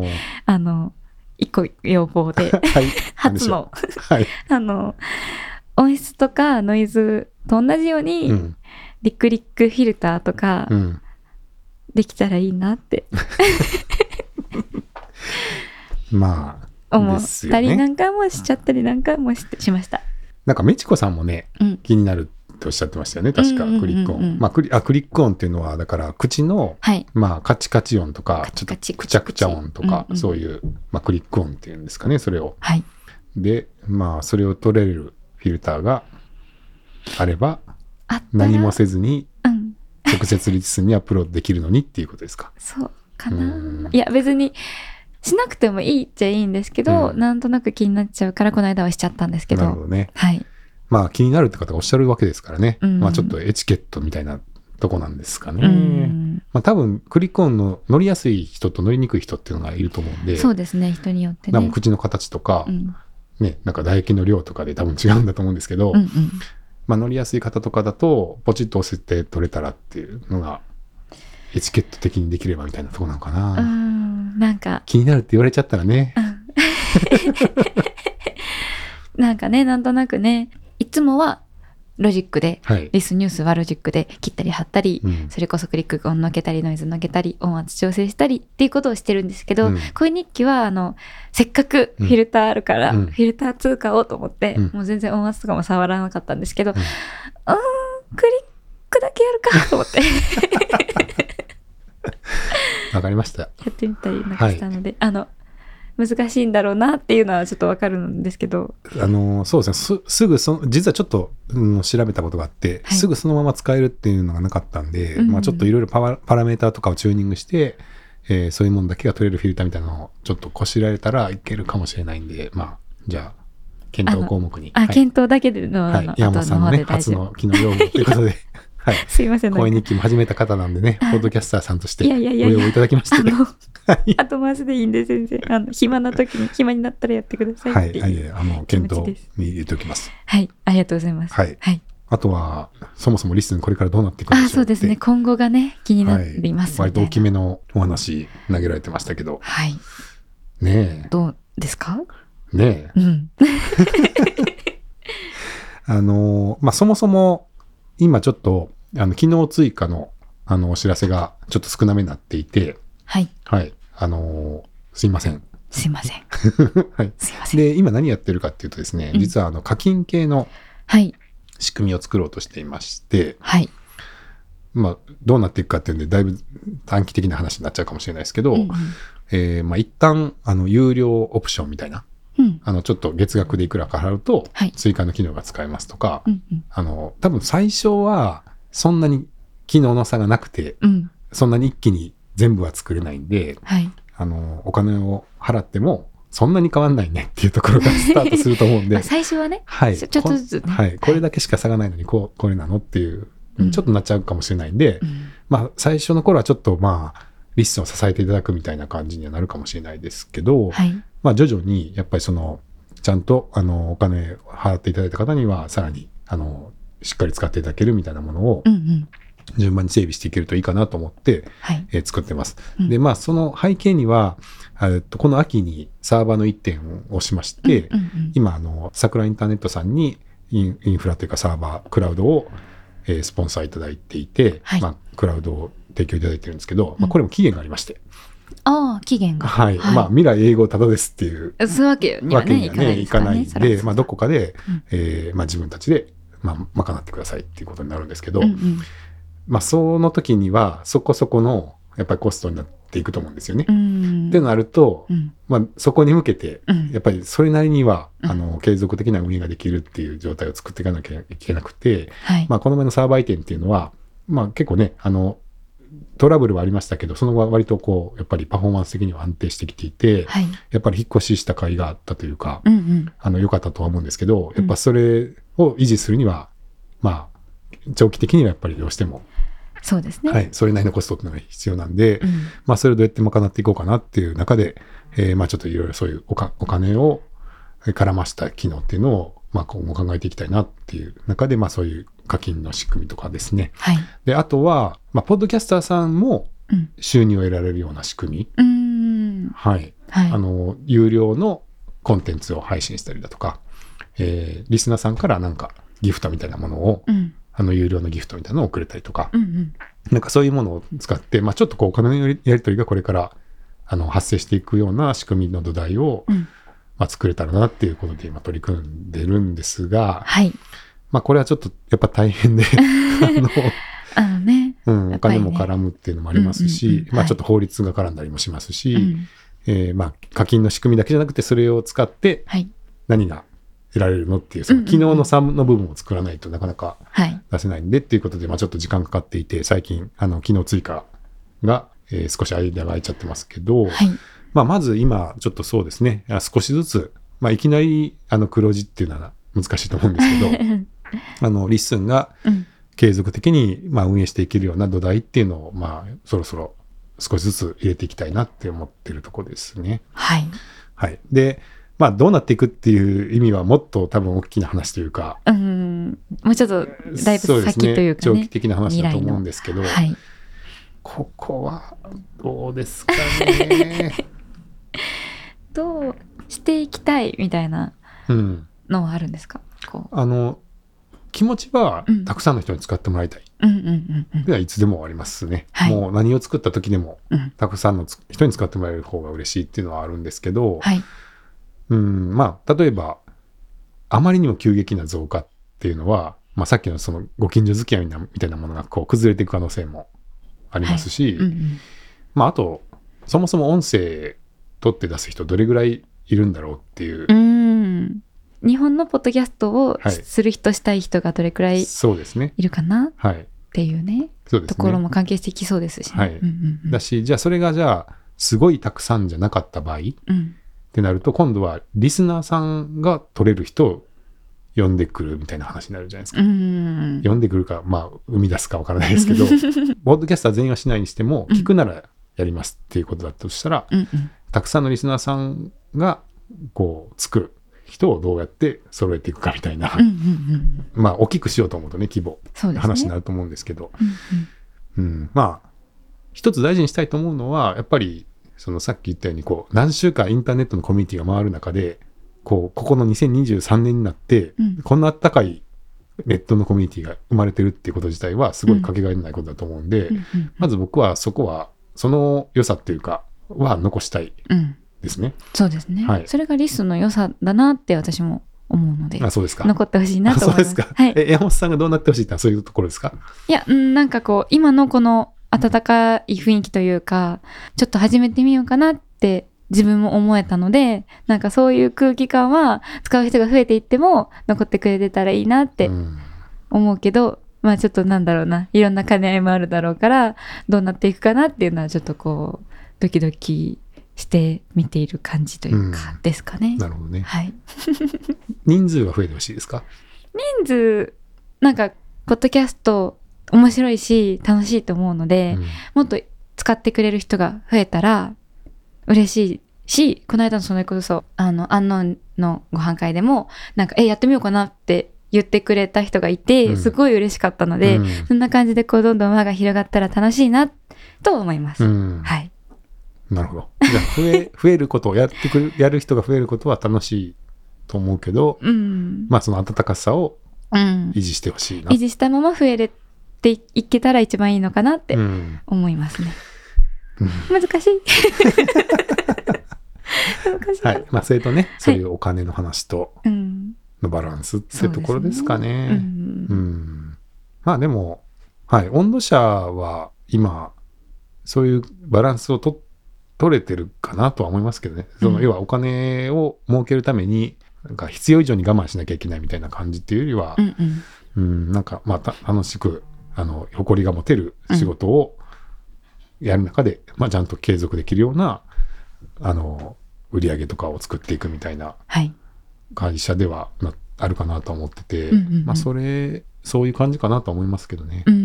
Speaker 3: あの、一個要 望で、
Speaker 2: はいなんで
Speaker 3: 初
Speaker 2: しょう
Speaker 3: の、
Speaker 2: はい、
Speaker 3: あの、 音質とかノイズと同じように、
Speaker 2: うん
Speaker 3: リクリックフィルターとか
Speaker 2: うん、
Speaker 3: できたらいいなって
Speaker 2: まあ
Speaker 3: 思っ
Speaker 2: ですよ
Speaker 3: たり
Speaker 2: ね
Speaker 3: 何回もしちゃったり何回もしてしました。
Speaker 2: なんかメチコさんもね
Speaker 3: うん。
Speaker 2: 気になるっておっしゃってましたよね確か
Speaker 3: うんうんうんうん
Speaker 2: クリック音、まあ、クリあクリック音っていうのはだから口の
Speaker 3: はい。
Speaker 2: まあ、カチカチ音とか
Speaker 3: カチカチ
Speaker 2: ちょっとくちゃくちゃ音とか
Speaker 3: うんうん
Speaker 2: そういう、まあ、クリック音っていうんですかねそれを
Speaker 3: はい。
Speaker 2: でまあそれを取れるフィルターがあれば
Speaker 3: あったら
Speaker 2: 何もせずに
Speaker 3: うん。
Speaker 2: 直接リスにアップロードできるのにっていうことですか
Speaker 3: そうか
Speaker 2: うん
Speaker 3: な。いや別にしなくてもいいっちゃいいんですけど、
Speaker 2: うん
Speaker 3: なんとなく気になっちゃうからこの間はしちゃったんですけ
Speaker 2: なる
Speaker 3: ど。
Speaker 2: ほどね
Speaker 3: はい。
Speaker 2: まあ気になるって方がおっしゃるわけですからね、
Speaker 3: うん
Speaker 2: まあちょっとエチケットみたいなとこなんですかね、
Speaker 3: うん。
Speaker 2: まあ多分クリコンの乗りやすい人と乗りにくい人っていうのがいると思うんで
Speaker 3: そうですね。人によって
Speaker 2: 多分
Speaker 3: ね。
Speaker 2: 口の形とか、
Speaker 3: うん。
Speaker 2: ねなんか唾液の量とかで多分違うんだと思うんですけど、
Speaker 3: うんうん。
Speaker 2: まあ、乗りやすい方とかだとポチッと押せて取れたらっていうのがエチケット的にできればみたいなとこなのかな、
Speaker 3: うん。なんか
Speaker 2: 気になるって言われちゃったらね、
Speaker 3: なんかねなんとなくねいつもはロジックで
Speaker 2: はい、
Speaker 3: リスニュースはロジックで切ったり貼ったり、
Speaker 2: うん
Speaker 3: それこそクリック音のけたりノイズのけたり音圧調整したりっていうことをしてるんですけど、
Speaker 2: うん
Speaker 3: 恋日記はあのせっかくフィルターあるから、
Speaker 2: うん
Speaker 3: フィルター通過をと思って、
Speaker 2: うん
Speaker 3: もう全然音圧とかも触らなかったんですけど、
Speaker 2: ん
Speaker 3: うーんクリックだけやるかと思って
Speaker 2: わかりました
Speaker 3: やってみたりなんかしたので、あの難しいんだろうなっていうのはちょっとわかるんですけど、
Speaker 2: あのーそうですねすすぐその実はちょっと、うん調べたことがあって、
Speaker 3: はい
Speaker 2: すぐそのまま使えるっていうのがなかったんで、
Speaker 3: うんうん
Speaker 2: まあ、ちょっといろいろパワパラメーターとかをチューニングして、えーそういうものだけが取れるフィルターみたいなのをちょっとこしらえたらいけるかもしれないんでまあじゃあ検討項目に
Speaker 3: あ、
Speaker 2: はい
Speaker 3: 検討だけでの、
Speaker 2: は
Speaker 3: あ
Speaker 2: い
Speaker 3: の、
Speaker 2: 山本
Speaker 3: 後
Speaker 2: さんの
Speaker 3: の方
Speaker 2: ね
Speaker 3: で大
Speaker 2: 初
Speaker 3: 丈夫。
Speaker 2: の機能用語ということ ではい
Speaker 3: すいません、なんか
Speaker 2: 声日記も始めた方なんでね、ポ
Speaker 3: はい
Speaker 2: ッドキャスターさんとして
Speaker 3: い
Speaker 2: ご
Speaker 3: やいやいやいや
Speaker 2: 用意いただきまし
Speaker 3: あ
Speaker 2: て。
Speaker 3: の、
Speaker 2: はい
Speaker 3: 後回しでいいんで全然あの暇な時に暇になったらやってくださ
Speaker 2: はい
Speaker 3: っ
Speaker 2: い、
Speaker 3: ていう
Speaker 2: は
Speaker 3: はい、
Speaker 2: い、あの、
Speaker 3: 気持
Speaker 2: 検
Speaker 3: ち
Speaker 2: 討
Speaker 3: です
Speaker 2: に入れておきます。
Speaker 3: ありがとうございます
Speaker 2: はい
Speaker 3: はい、
Speaker 2: あとは、そもそもリスンこれからどうなっていくんでしょう
Speaker 3: あそうです
Speaker 2: っ
Speaker 3: ね
Speaker 2: て。
Speaker 3: 今後がね気にな
Speaker 2: は
Speaker 3: ります
Speaker 2: 割
Speaker 3: み
Speaker 2: と
Speaker 3: た
Speaker 2: 大
Speaker 3: いな
Speaker 2: きめのお話投げられてましたけど、
Speaker 3: はい
Speaker 2: ね
Speaker 3: どうですか
Speaker 2: え、ねえ、
Speaker 3: うん
Speaker 2: あの、まあ、そもそも、今ちょっと、あの、機能追加の、あの、お知らせがちょっと少なめになっていて、
Speaker 3: はい
Speaker 2: はい、あの、すいません。
Speaker 3: すいません
Speaker 2: はい。
Speaker 3: すいません
Speaker 2: で、今何やってるかっていうとですね、
Speaker 3: うん
Speaker 2: 実はあの課金系の
Speaker 3: はい
Speaker 2: 仕組みを作ろうとしていまして、
Speaker 3: はい。
Speaker 2: まあ、どうなっていくかっていうんで、だいぶ短期的な話になっちゃうかもしれないですけど、
Speaker 3: うん
Speaker 2: えーまあ、一旦、あの、有料オプションみたいな、
Speaker 3: うん。うん
Speaker 2: あの、ちょっと月額でいくらか払うと
Speaker 3: はい、
Speaker 2: 追加の機能が使えますとか、
Speaker 3: うんうん
Speaker 2: あの、多分最初は、そんなに機能の差がなくて、
Speaker 3: うん。
Speaker 2: そんなに一気に全部は作れないんで、
Speaker 3: はい。
Speaker 2: あの、お金を払っても、そんなに変わんないねっていうところからスタートすると思うんで
Speaker 3: あ、最初はね。
Speaker 2: はい。
Speaker 3: ちょちょっとずつね
Speaker 2: こんはい。これだけしか差がないのに、こう、これなのっていう、
Speaker 3: うん
Speaker 2: ちょっとなっちゃうかもしれないんで、
Speaker 3: うん
Speaker 2: まあ、最初の頃はちょっとまあ、リスンを支えていただくみたいな感じにはなるかもしれないですけど、
Speaker 3: はい。
Speaker 2: まあ、徐々に、やっぱりその、ちゃんと、あの、お金払っていただいた方には、さらに、あの、しっかり使っていただけるみたいなものを
Speaker 3: う、んうん。
Speaker 2: 順番に整備していけるといいかなと思って、
Speaker 3: はい。
Speaker 2: えー作ってます。
Speaker 3: うん
Speaker 2: で、まあ、その背景には、えっとこの秋にサーバーの一点をしまして、
Speaker 3: うんうん
Speaker 2: 今あの桜インターネットさんにインインフラというかサーバークラウドを、えースポンサーいただいていて、
Speaker 3: はい
Speaker 2: まあ、クラウドを提供いただいてるんですけど、
Speaker 3: う
Speaker 2: まあ、
Speaker 3: ん
Speaker 2: これも期限がありまして、
Speaker 3: ああ、期限が。
Speaker 2: はい
Speaker 3: はい
Speaker 2: まあ、未来英語ただですっていう
Speaker 3: そういうわけに
Speaker 2: わ
Speaker 3: は
Speaker 2: け
Speaker 3: ね、
Speaker 2: に
Speaker 3: い
Speaker 2: は
Speaker 3: かない
Speaker 2: ね
Speaker 3: で
Speaker 2: い
Speaker 3: すか
Speaker 2: からない
Speaker 3: ね。
Speaker 2: んで、まあ、どこかで、
Speaker 3: うん
Speaker 2: えーまあ、自分たちで、まあ、賄ってくださいっていうことになるんですけど、
Speaker 3: うんうん
Speaker 2: まあ、その時にはそこそこのやっぱりコストになっていくと思うんですよね。
Speaker 3: う
Speaker 2: っ
Speaker 3: ん。
Speaker 2: てなると、
Speaker 3: うん
Speaker 2: まあ、そこに向けて
Speaker 3: うん
Speaker 2: やっぱりそれなりには、
Speaker 3: うん
Speaker 2: あの継続的な運営ができるっていう状態を作っていかなきゃいけなくて、
Speaker 3: はい。
Speaker 2: まあ、この前のサーバー移転っていうのは、まあ、結構ねあのトラブルはありましたけどその後は割とこうやっぱりパフォーマンス的には安定してきていて、
Speaker 3: はい。
Speaker 2: やっぱり引っ越しした甲斐があったというか、
Speaker 3: うんうん。
Speaker 2: あの良かったとは思うんですけど
Speaker 3: うん
Speaker 2: やっぱそれを維持するには、まあ長期的にはやっぱりどうしても、
Speaker 3: そうですね。
Speaker 2: はい、それなりのコストっていうのが必要なんで、
Speaker 3: うん
Speaker 2: まあ、それをどうやって賄っていこうかなっていう中で、えーまあ、ちょっといろいろそういうおかお金を絡ました機能っていうのを、まあ、今後考えていきたいなっていう中で、まあ、そういう課金の仕組みとかですね。
Speaker 3: はい。
Speaker 2: で、あとは、まあ、ポッドキャスターさんも
Speaker 3: うん
Speaker 2: 収入を得られるような仕組み。
Speaker 3: うーん。
Speaker 2: はい。
Speaker 3: はい。
Speaker 2: あの、有料のコンテンツを配信したりだとか、えーリスナーさんからなんかギフトみたいなものを、
Speaker 3: うん。
Speaker 2: あの、有料のギフトみたいなのをくれたりとか、
Speaker 3: うんうん。
Speaker 2: なんかそういうものを使って、まあ、ちょっとこうお金のやりやり取りがこれからあの発生していくような仕組みの土台を、
Speaker 3: うん
Speaker 2: まあ、作れたらなっていうことで今取り組んでるんですが、
Speaker 3: はい。
Speaker 2: まあ、これはちょっとやっぱ大変 であ
Speaker 3: あのね。
Speaker 2: の、うん、
Speaker 3: やっ
Speaker 2: お
Speaker 3: ぱり
Speaker 2: 金
Speaker 3: ね
Speaker 2: も絡むっていうのもありますし、
Speaker 3: うんうんうんはい
Speaker 2: まあ、ちょっと法律が絡んだりもしますし、
Speaker 3: うん
Speaker 2: えーまあ、課金の仕組みだけじゃなくてそれを使って
Speaker 3: はい。
Speaker 2: 何が得られるのっていうその機能の差の部分を作らないとなかなか
Speaker 3: はい。
Speaker 2: 出せないんでっていうことで、まあ、ちょっと時間かかっていて最近あの機能追加が、えー少し間が空いちゃってますけど、
Speaker 3: はい。
Speaker 2: まあ、まず今ちょっとそうですねあ少しずつ、まあ、いきなりあの黒字っていうのは難しいと思うんです けどあのリッスンが
Speaker 3: うん。
Speaker 2: 継続的に、まあ、運営していけるような土台っていうのを、まあ、そろそろ少しずつ入れていきたいなって思ってるとこですね。
Speaker 3: はい。
Speaker 2: はい、でまあどうなっていくっていう意味はもっと多分大きな話というか
Speaker 3: うん。もうちょっと、だい
Speaker 2: そう
Speaker 3: ぶ
Speaker 2: です
Speaker 3: 先
Speaker 2: ね
Speaker 3: というか
Speaker 2: 長期
Speaker 3: ね。
Speaker 2: 的な話だと思うんですけど、
Speaker 3: はい。
Speaker 2: ここはどうですかね。
Speaker 3: どうしていきたいみたいな
Speaker 2: うん、
Speaker 3: のはあるんですかこ
Speaker 2: あの気持ちは
Speaker 3: うん
Speaker 2: たくさんの人に使ってもらいたい。
Speaker 3: う。うんうんうんうん。
Speaker 2: ではいつでもありますね。
Speaker 3: はい
Speaker 2: もう何を作った時でも
Speaker 3: うん
Speaker 2: たくさんのつ人に使ってもらえる方が嬉しいっていうのはあるんですけど、
Speaker 3: はい。
Speaker 2: うん、まあ例えばあまりにも急激な増加っていうのは、まあ、さっきのそのご近所付き合いなみたいなものがこう崩れていく可能性もありますし、
Speaker 3: うんうん。
Speaker 2: まあ、あとそもそも音声取って出す人どれぐらいいるんだろうっていう
Speaker 3: うーん日本のポッドキャストを
Speaker 2: はい
Speaker 3: する人、したい人がどれくらい
Speaker 2: そうですね。
Speaker 3: いるかなっ
Speaker 2: はい。
Speaker 3: ていうね
Speaker 2: そうです
Speaker 3: と
Speaker 2: ね。
Speaker 3: ころも関係してきそうですしね、
Speaker 2: はい
Speaker 3: うんうんうん
Speaker 2: だし、じゃあそれがじゃあ、すごいたくさんじゃなかった場合っ
Speaker 3: うん
Speaker 2: てなると、今度はリスナーさんが取れる人を呼んでくるみたいな話になるじゃないですか。
Speaker 3: うーん
Speaker 2: 呼んでくるか、まあ、生み出すかわからないです けど、ボードキャスター全員はしないにしても、
Speaker 3: うん
Speaker 2: 聞くならやりますっていうことだとしたら、
Speaker 3: うんうん
Speaker 2: たくさんのリスナーさんが、こう、作る人をどうやって揃えていくかみたいな、
Speaker 3: うんうんうん
Speaker 2: まあ、大きくしようと思うとね、規模、
Speaker 3: そうですね
Speaker 2: 話になると思うんですけど、
Speaker 3: うん
Speaker 2: うん、まあ一つ大事にしたいと思うのはやっぱりそのさっき言ったようにこう何週間インターネットのコミュニティが回る中でこうここの2023年になって、
Speaker 3: うん
Speaker 2: こんなあったかいネットのコミュニティが生まれてるっていうこと自体はすごいかけがえのないことだと思うんで、
Speaker 3: うんうんうん
Speaker 2: まず僕はそこはその良さっていうかは残したい
Speaker 3: うん
Speaker 2: ですね。
Speaker 3: そうですね、
Speaker 2: はい
Speaker 3: それがリスの良さだなって私も思うので
Speaker 2: あ、そうですか。
Speaker 3: 残ってほしいな
Speaker 2: あ
Speaker 3: と
Speaker 2: そ
Speaker 3: 思
Speaker 2: うで
Speaker 3: いま。
Speaker 2: すすか。
Speaker 3: はい。
Speaker 2: え、山本さんがどうなってほしいってのはそういうところですか
Speaker 3: いや、うん、なんかこう、今のこの温かい雰囲気というか、ちょっと始めてみようかなって自分も思えたので、なんかそういう空気感は使う人が増えていっても残ってくれてたらいいなって
Speaker 2: うん
Speaker 3: 思うけど、まあちょっとなんだろうな、いろんな兼ね合いもあるだろうから、どうなっていくかなっていうのはちょっとこう、ドキドキして見ている感じという
Speaker 2: う
Speaker 3: か、ですかね。
Speaker 2: なるほどね。
Speaker 3: はい。
Speaker 2: 人数が増えてほしいですか
Speaker 3: 人数、なんか、ポッドキャスト面白いし、楽しいと思うの
Speaker 2: う
Speaker 3: で、
Speaker 2: ん
Speaker 3: もっと使ってくれる人が増えたら嬉しいし、この間のそれこそ、あの、アンノンのご飯会でも、なんか、え、やってみようかなって言ってくれた人がいて、
Speaker 2: うん
Speaker 3: すごい嬉しかったので、
Speaker 2: うん
Speaker 3: そんな感じでこうどんどん輪が広がったら楽しいなと思います。
Speaker 2: うん
Speaker 3: はい。
Speaker 2: なるほど。じゃあ増え、 増えることをやってくる、やる人が増えることは楽しいと思うけど、
Speaker 3: うん。
Speaker 2: まあその温かさを
Speaker 3: うん
Speaker 2: 維持してほしいな
Speaker 3: 維。持したまま増えれていけたら一番いいのかなって
Speaker 2: うん
Speaker 3: 思いますね。
Speaker 2: うん
Speaker 3: 難しい。難しい。
Speaker 2: はい。まあそれとね、そういうお金の話と
Speaker 3: うん。
Speaker 2: のバランスってところですか
Speaker 3: う
Speaker 2: ね。
Speaker 3: ん
Speaker 2: う。ん。まあでも、はい。温度差は今、そういうバランスをと取れてるかなとは思いますけどね。その
Speaker 3: うん
Speaker 2: 要はお金を儲けるために、なんか必要以上に我慢しなきゃいけないみたいな感じっていうよりは
Speaker 3: う、んう
Speaker 2: う
Speaker 3: ん。
Speaker 2: ん、なんか、まあ、た楽しく、あの、誇りが持てる仕事をやる中で、まあ、ちゃんと継続できるような、あの、売り上げとかを作っていくみたいな
Speaker 3: はい。
Speaker 2: 会社ではなあるかなと思ってて、
Speaker 3: うんうんうん
Speaker 2: まあ、それ、そういう感じかなと思いますけどね。
Speaker 3: うん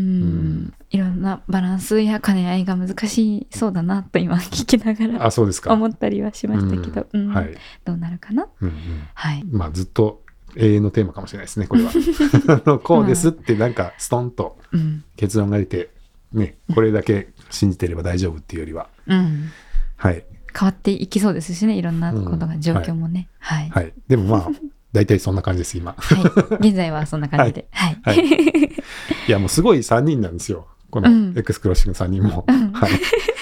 Speaker 2: ん
Speaker 3: いろんなバランスや兼ね合いが難しそうだなと今聞きながら
Speaker 2: あ、そうですか。
Speaker 3: 思ったりはしましたけど、
Speaker 2: う
Speaker 3: うんん
Speaker 2: はい。
Speaker 3: どうなるかな。
Speaker 2: うんうん
Speaker 3: はい。
Speaker 2: まあ、ずっと永遠のテーマかもしれないですね、これは。 あのこうですって、なんか、ストンと
Speaker 3: うん。
Speaker 2: 結論が出て、ね、これだけ信じてれば大丈夫っていうよりは、
Speaker 3: うん。
Speaker 2: はい。
Speaker 3: 変わっていきそうですしねいろんなこ
Speaker 2: う
Speaker 3: とが
Speaker 2: ん
Speaker 3: 状況もね、はい、
Speaker 2: はい。でもまあ、大体そんな感じです、今。
Speaker 3: はい現在はそんな感じではい、
Speaker 2: はい。いや、もうすごい3人なんですよ。こ
Speaker 3: う
Speaker 2: の
Speaker 3: ん
Speaker 2: エクスクロッシング3人も。
Speaker 3: うん
Speaker 2: はい。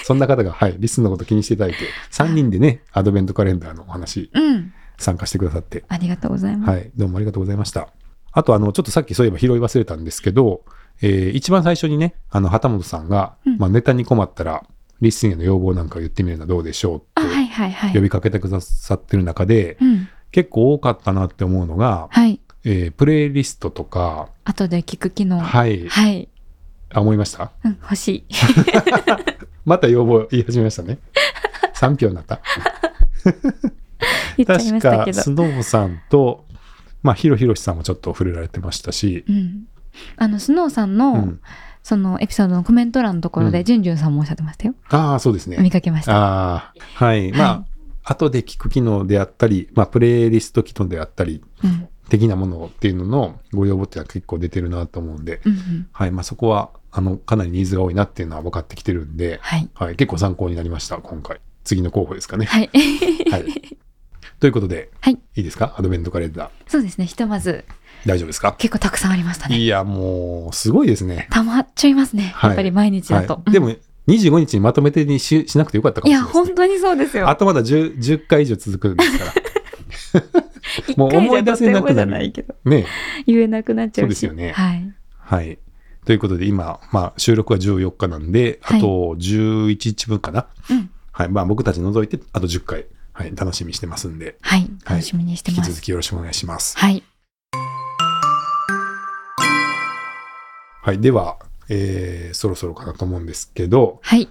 Speaker 2: そんな方が、はい、リスンのこと気にしていただいて、3人でね、アドベントカレンダーのお話、
Speaker 3: うん
Speaker 2: 参加してくださって、
Speaker 3: ありがとうございます、
Speaker 2: はい。どうもありがとうございました。あと、あの、ちょっとさっきそういえば拾い忘れたんですけど、えー一番最初にね、あの、旗本さんが、
Speaker 3: うん
Speaker 2: まあ、ネタに困ったら、リスンへの要望なんかを言ってみるのはどうでしょう
Speaker 3: あ
Speaker 2: って
Speaker 3: はいはいはい
Speaker 2: 呼びかけてくださってる中で、
Speaker 3: うん
Speaker 2: 結構多かったなって思うのが、
Speaker 3: はい
Speaker 2: えープレイリストとか、
Speaker 3: 後で聞く機能はい、
Speaker 2: はい、あ、思いました
Speaker 3: うん、欲しい
Speaker 2: また要望言い始めましたね。3票になった。
Speaker 3: 言っちゃいま
Speaker 2: 確
Speaker 3: したけ
Speaker 2: か、
Speaker 3: ど
Speaker 2: スノーさんと、まあ、ヒロヒロシさんもちょっと触れられてましたし、
Speaker 3: うんあのスノーさんの、
Speaker 2: うん、
Speaker 3: そのエピソードのコメント欄のところ
Speaker 2: うん
Speaker 3: で、じゅんじゅんさんもおっしゃってましたよ。
Speaker 2: ああ、そうです
Speaker 3: 見
Speaker 2: ね。
Speaker 3: かけました。
Speaker 2: ああ、はい。まあ、
Speaker 3: は
Speaker 2: 後で聞く機能であったり、まあ、プレイリスト機能であったり、
Speaker 3: うん。
Speaker 2: 的なものっていうののご要望っていうのは結構出てるなと思うんで、
Speaker 3: うんうん。
Speaker 2: はい。まあ、そこは、あの、かなりニーズが多いなっていうのは分かってきてるんで、
Speaker 3: はい。
Speaker 2: はい。結構参考になりました、今回。次の候補ですかね。
Speaker 3: はい。
Speaker 2: はい。ということで、
Speaker 3: はい
Speaker 2: いですかアドベントカレンダー。
Speaker 3: そうですね。ひとまず、
Speaker 2: 大丈夫ですか
Speaker 3: 結構たくさんありましたね。
Speaker 2: いや、もう、すごいですね。
Speaker 3: たまっちゃいますね。
Speaker 2: はい
Speaker 3: やっぱり毎日だと。
Speaker 2: はい、でも、25日にまとめてにししなくてよかったか
Speaker 3: い
Speaker 2: もしれない
Speaker 3: や、
Speaker 2: です、ね。
Speaker 3: 本当にそうですよ。
Speaker 2: あとまだ 10, 10回以上続くんです から。
Speaker 3: 一
Speaker 2: もう
Speaker 3: 回じゃ
Speaker 2: 思い出せなくなる
Speaker 3: とてもじゃないけど。
Speaker 2: ね。
Speaker 3: 言えなくなっちゃうし。
Speaker 2: そうですよね
Speaker 3: はい。
Speaker 2: はい。ということで、今、まあ、収録は14日なんで、あ
Speaker 3: はい
Speaker 2: と11日分かな。
Speaker 3: うん。
Speaker 2: はい。まあ、僕たち除いて、あと10回、はい、楽しみにしてますんで、
Speaker 3: はい。
Speaker 2: はい
Speaker 3: 楽しみにして
Speaker 2: 引き
Speaker 3: ま
Speaker 2: 続
Speaker 3: す。
Speaker 2: きよろしくお願いします。
Speaker 3: はい。
Speaker 2: はい。では、えー、そろそろかなと思うんですけど、
Speaker 3: はい。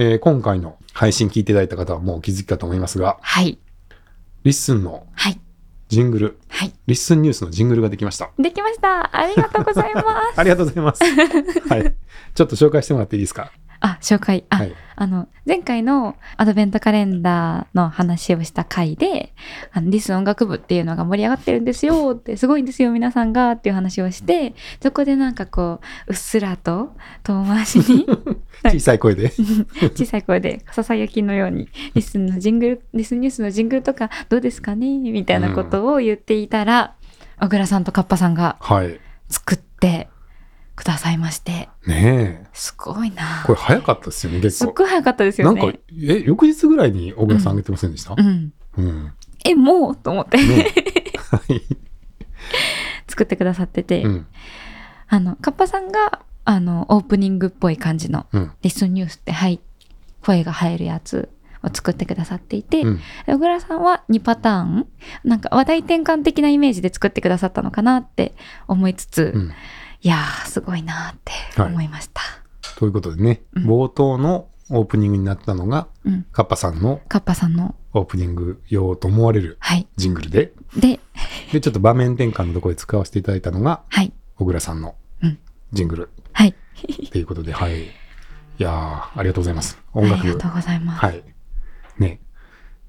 Speaker 2: えー今回の配信聞いていただいた方はもうお気づきかと思いますが、
Speaker 3: はい。
Speaker 2: リッスンの
Speaker 3: はい。
Speaker 2: ジングル、
Speaker 3: はい。
Speaker 2: リッスンニュースのジングルができました。
Speaker 3: できました。ありがとうございます。
Speaker 2: ありがとうございます。はい。ちょっと紹介してもらっていいですか
Speaker 3: あ、紹介。あ、
Speaker 2: はい。
Speaker 3: あの、前回のアドベントカレンダーの話をした回で、あのリス音楽部っていうのが盛り上がってるんですよって、すごいんですよ、皆さんがっていう話をして、そこでなんかこう、うっすらと遠回し に、は
Speaker 2: 小
Speaker 3: い
Speaker 2: さい声 で。
Speaker 3: 小さい声で、ささやきのように、リスンのジングル、リスンニュースのジングルとかどうですかねみたいなことを言っていたら、小倉さんとカッパさんが
Speaker 2: はい。
Speaker 3: 作ってくださいまして、
Speaker 2: ね
Speaker 3: すごいな
Speaker 2: え。これ早かったですよね、結
Speaker 3: すっ
Speaker 2: 構。
Speaker 3: ごい早かったです
Speaker 2: な
Speaker 3: よ
Speaker 2: ん
Speaker 3: ね。
Speaker 2: か、え、翌日ぐらいに小倉さん上げてませんでした
Speaker 3: うん。
Speaker 2: うん。
Speaker 3: え、もうと思って。
Speaker 2: ねえ。はい。
Speaker 3: 作ってくださってて、
Speaker 2: うん
Speaker 3: あの、カッパさんが、あの、オープニングっぽい感じの、
Speaker 2: うん
Speaker 3: リスンニュースって、はい、声が入るやつを作ってくださっていて、
Speaker 2: うん
Speaker 3: 小倉さんは2パターン、なんか話題転換的なイメージで作ってくださったのかなって思いつつ、
Speaker 2: うん
Speaker 3: いやー、すごいなーって思いました。
Speaker 2: ということでね、
Speaker 3: うん
Speaker 2: 冒頭のオープニングになったのが、
Speaker 3: うん。
Speaker 2: カッパさんの
Speaker 3: カッパさんの、
Speaker 2: オープニング用と思われる
Speaker 3: はい。
Speaker 2: ジングルで、
Speaker 3: で、
Speaker 2: で、ちょっと場面転換のところで使わせていただいたのが、
Speaker 3: はい。
Speaker 2: 小倉さんの
Speaker 3: うん
Speaker 2: ジングル
Speaker 3: はい。
Speaker 2: っていうことで、はい。いやー、ありがとうございます。
Speaker 3: あ
Speaker 2: 音
Speaker 3: り
Speaker 2: 楽。
Speaker 3: がとうございます。
Speaker 2: はい。ね。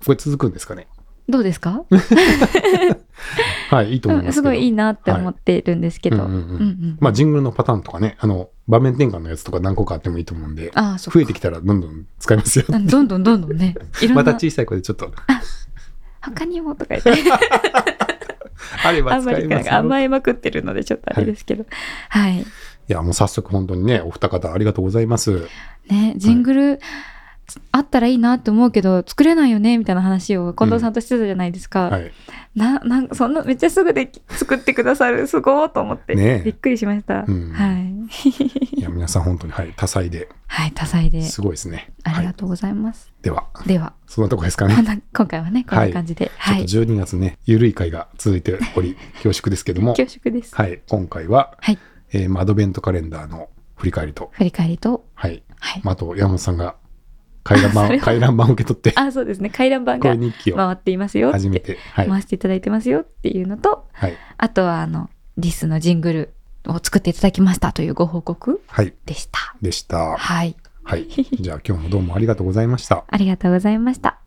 Speaker 2: これ続くんですかね。
Speaker 3: どうですか
Speaker 2: はい、いいと思いますけ
Speaker 3: す
Speaker 2: ど。
Speaker 3: ごいいいなって思ってるんですけど。
Speaker 2: うんうんうん
Speaker 3: うんうん
Speaker 2: まあ、ジングルのパターンとかね、あの、場面転換のやつとか何個かあってもいいと思うんで、
Speaker 3: ああ、そっ
Speaker 2: 増え
Speaker 3: か。
Speaker 2: てきたらどんどん使いますよ。
Speaker 3: うんどんどんどんどんね。いろ
Speaker 2: ま
Speaker 3: んな
Speaker 2: た、小さい子でちょっ と、
Speaker 3: 他にもとか 言って、
Speaker 2: あれ
Speaker 3: あ
Speaker 2: ば
Speaker 3: んま
Speaker 2: 使
Speaker 3: り
Speaker 2: い
Speaker 3: な
Speaker 2: ま
Speaker 3: ん
Speaker 2: す
Speaker 3: か
Speaker 2: よ。
Speaker 3: 甘えまくってるので、ちょっとあれですけど。はい。
Speaker 2: いや、もう早速本当にね、お二方ありがとうございます。
Speaker 3: ね、ジングル、あったらいいなって思うけど、作れないよね、みたいな話を近藤さんとしてたじゃないですか。
Speaker 2: はい。
Speaker 3: な、なんか、そんな、めっちゃすぐでき作ってくださる、すごーと思って、
Speaker 2: ねえ
Speaker 3: びっくりしました。
Speaker 2: うん
Speaker 3: はい。
Speaker 2: いや、皆さん本当に、はい、多彩で、
Speaker 3: はい、多彩で、
Speaker 2: すごいですね。
Speaker 3: あ
Speaker 2: は
Speaker 3: りが
Speaker 2: い。
Speaker 3: とうございます。
Speaker 2: では、
Speaker 3: では、
Speaker 2: そんなとこですか
Speaker 3: こん
Speaker 2: ね。
Speaker 3: な今回はね、こんな感じで。
Speaker 2: ちょっ
Speaker 3: は
Speaker 2: と
Speaker 3: い。
Speaker 2: 12月ね、ゆるい回が続いており、恐縮ですけども、
Speaker 3: 恐縮です。
Speaker 2: はい、今回は、
Speaker 3: はい。
Speaker 2: えーまあアドベントカレンダーの振り返りと、
Speaker 3: 振り返りと、
Speaker 2: はい、
Speaker 3: はい。
Speaker 2: まあ、あと山本さんが回覧
Speaker 3: そ
Speaker 2: 板
Speaker 3: れ
Speaker 2: を
Speaker 3: は
Speaker 2: 回覧板を受け取って、
Speaker 3: あ、そうですね。回覧板が
Speaker 2: 声日記を
Speaker 3: 回っていますよって。
Speaker 2: 初めて、はい、
Speaker 3: 回していただいてますよっていうのと、
Speaker 2: はい、
Speaker 3: あとは、あの、リスのジングルを作っていただきましたというご報告
Speaker 2: はい、
Speaker 3: でした。
Speaker 2: でした。
Speaker 3: はい。
Speaker 2: はい、じゃあ今日もどうもありがとうございました。
Speaker 3: ありがとうございました。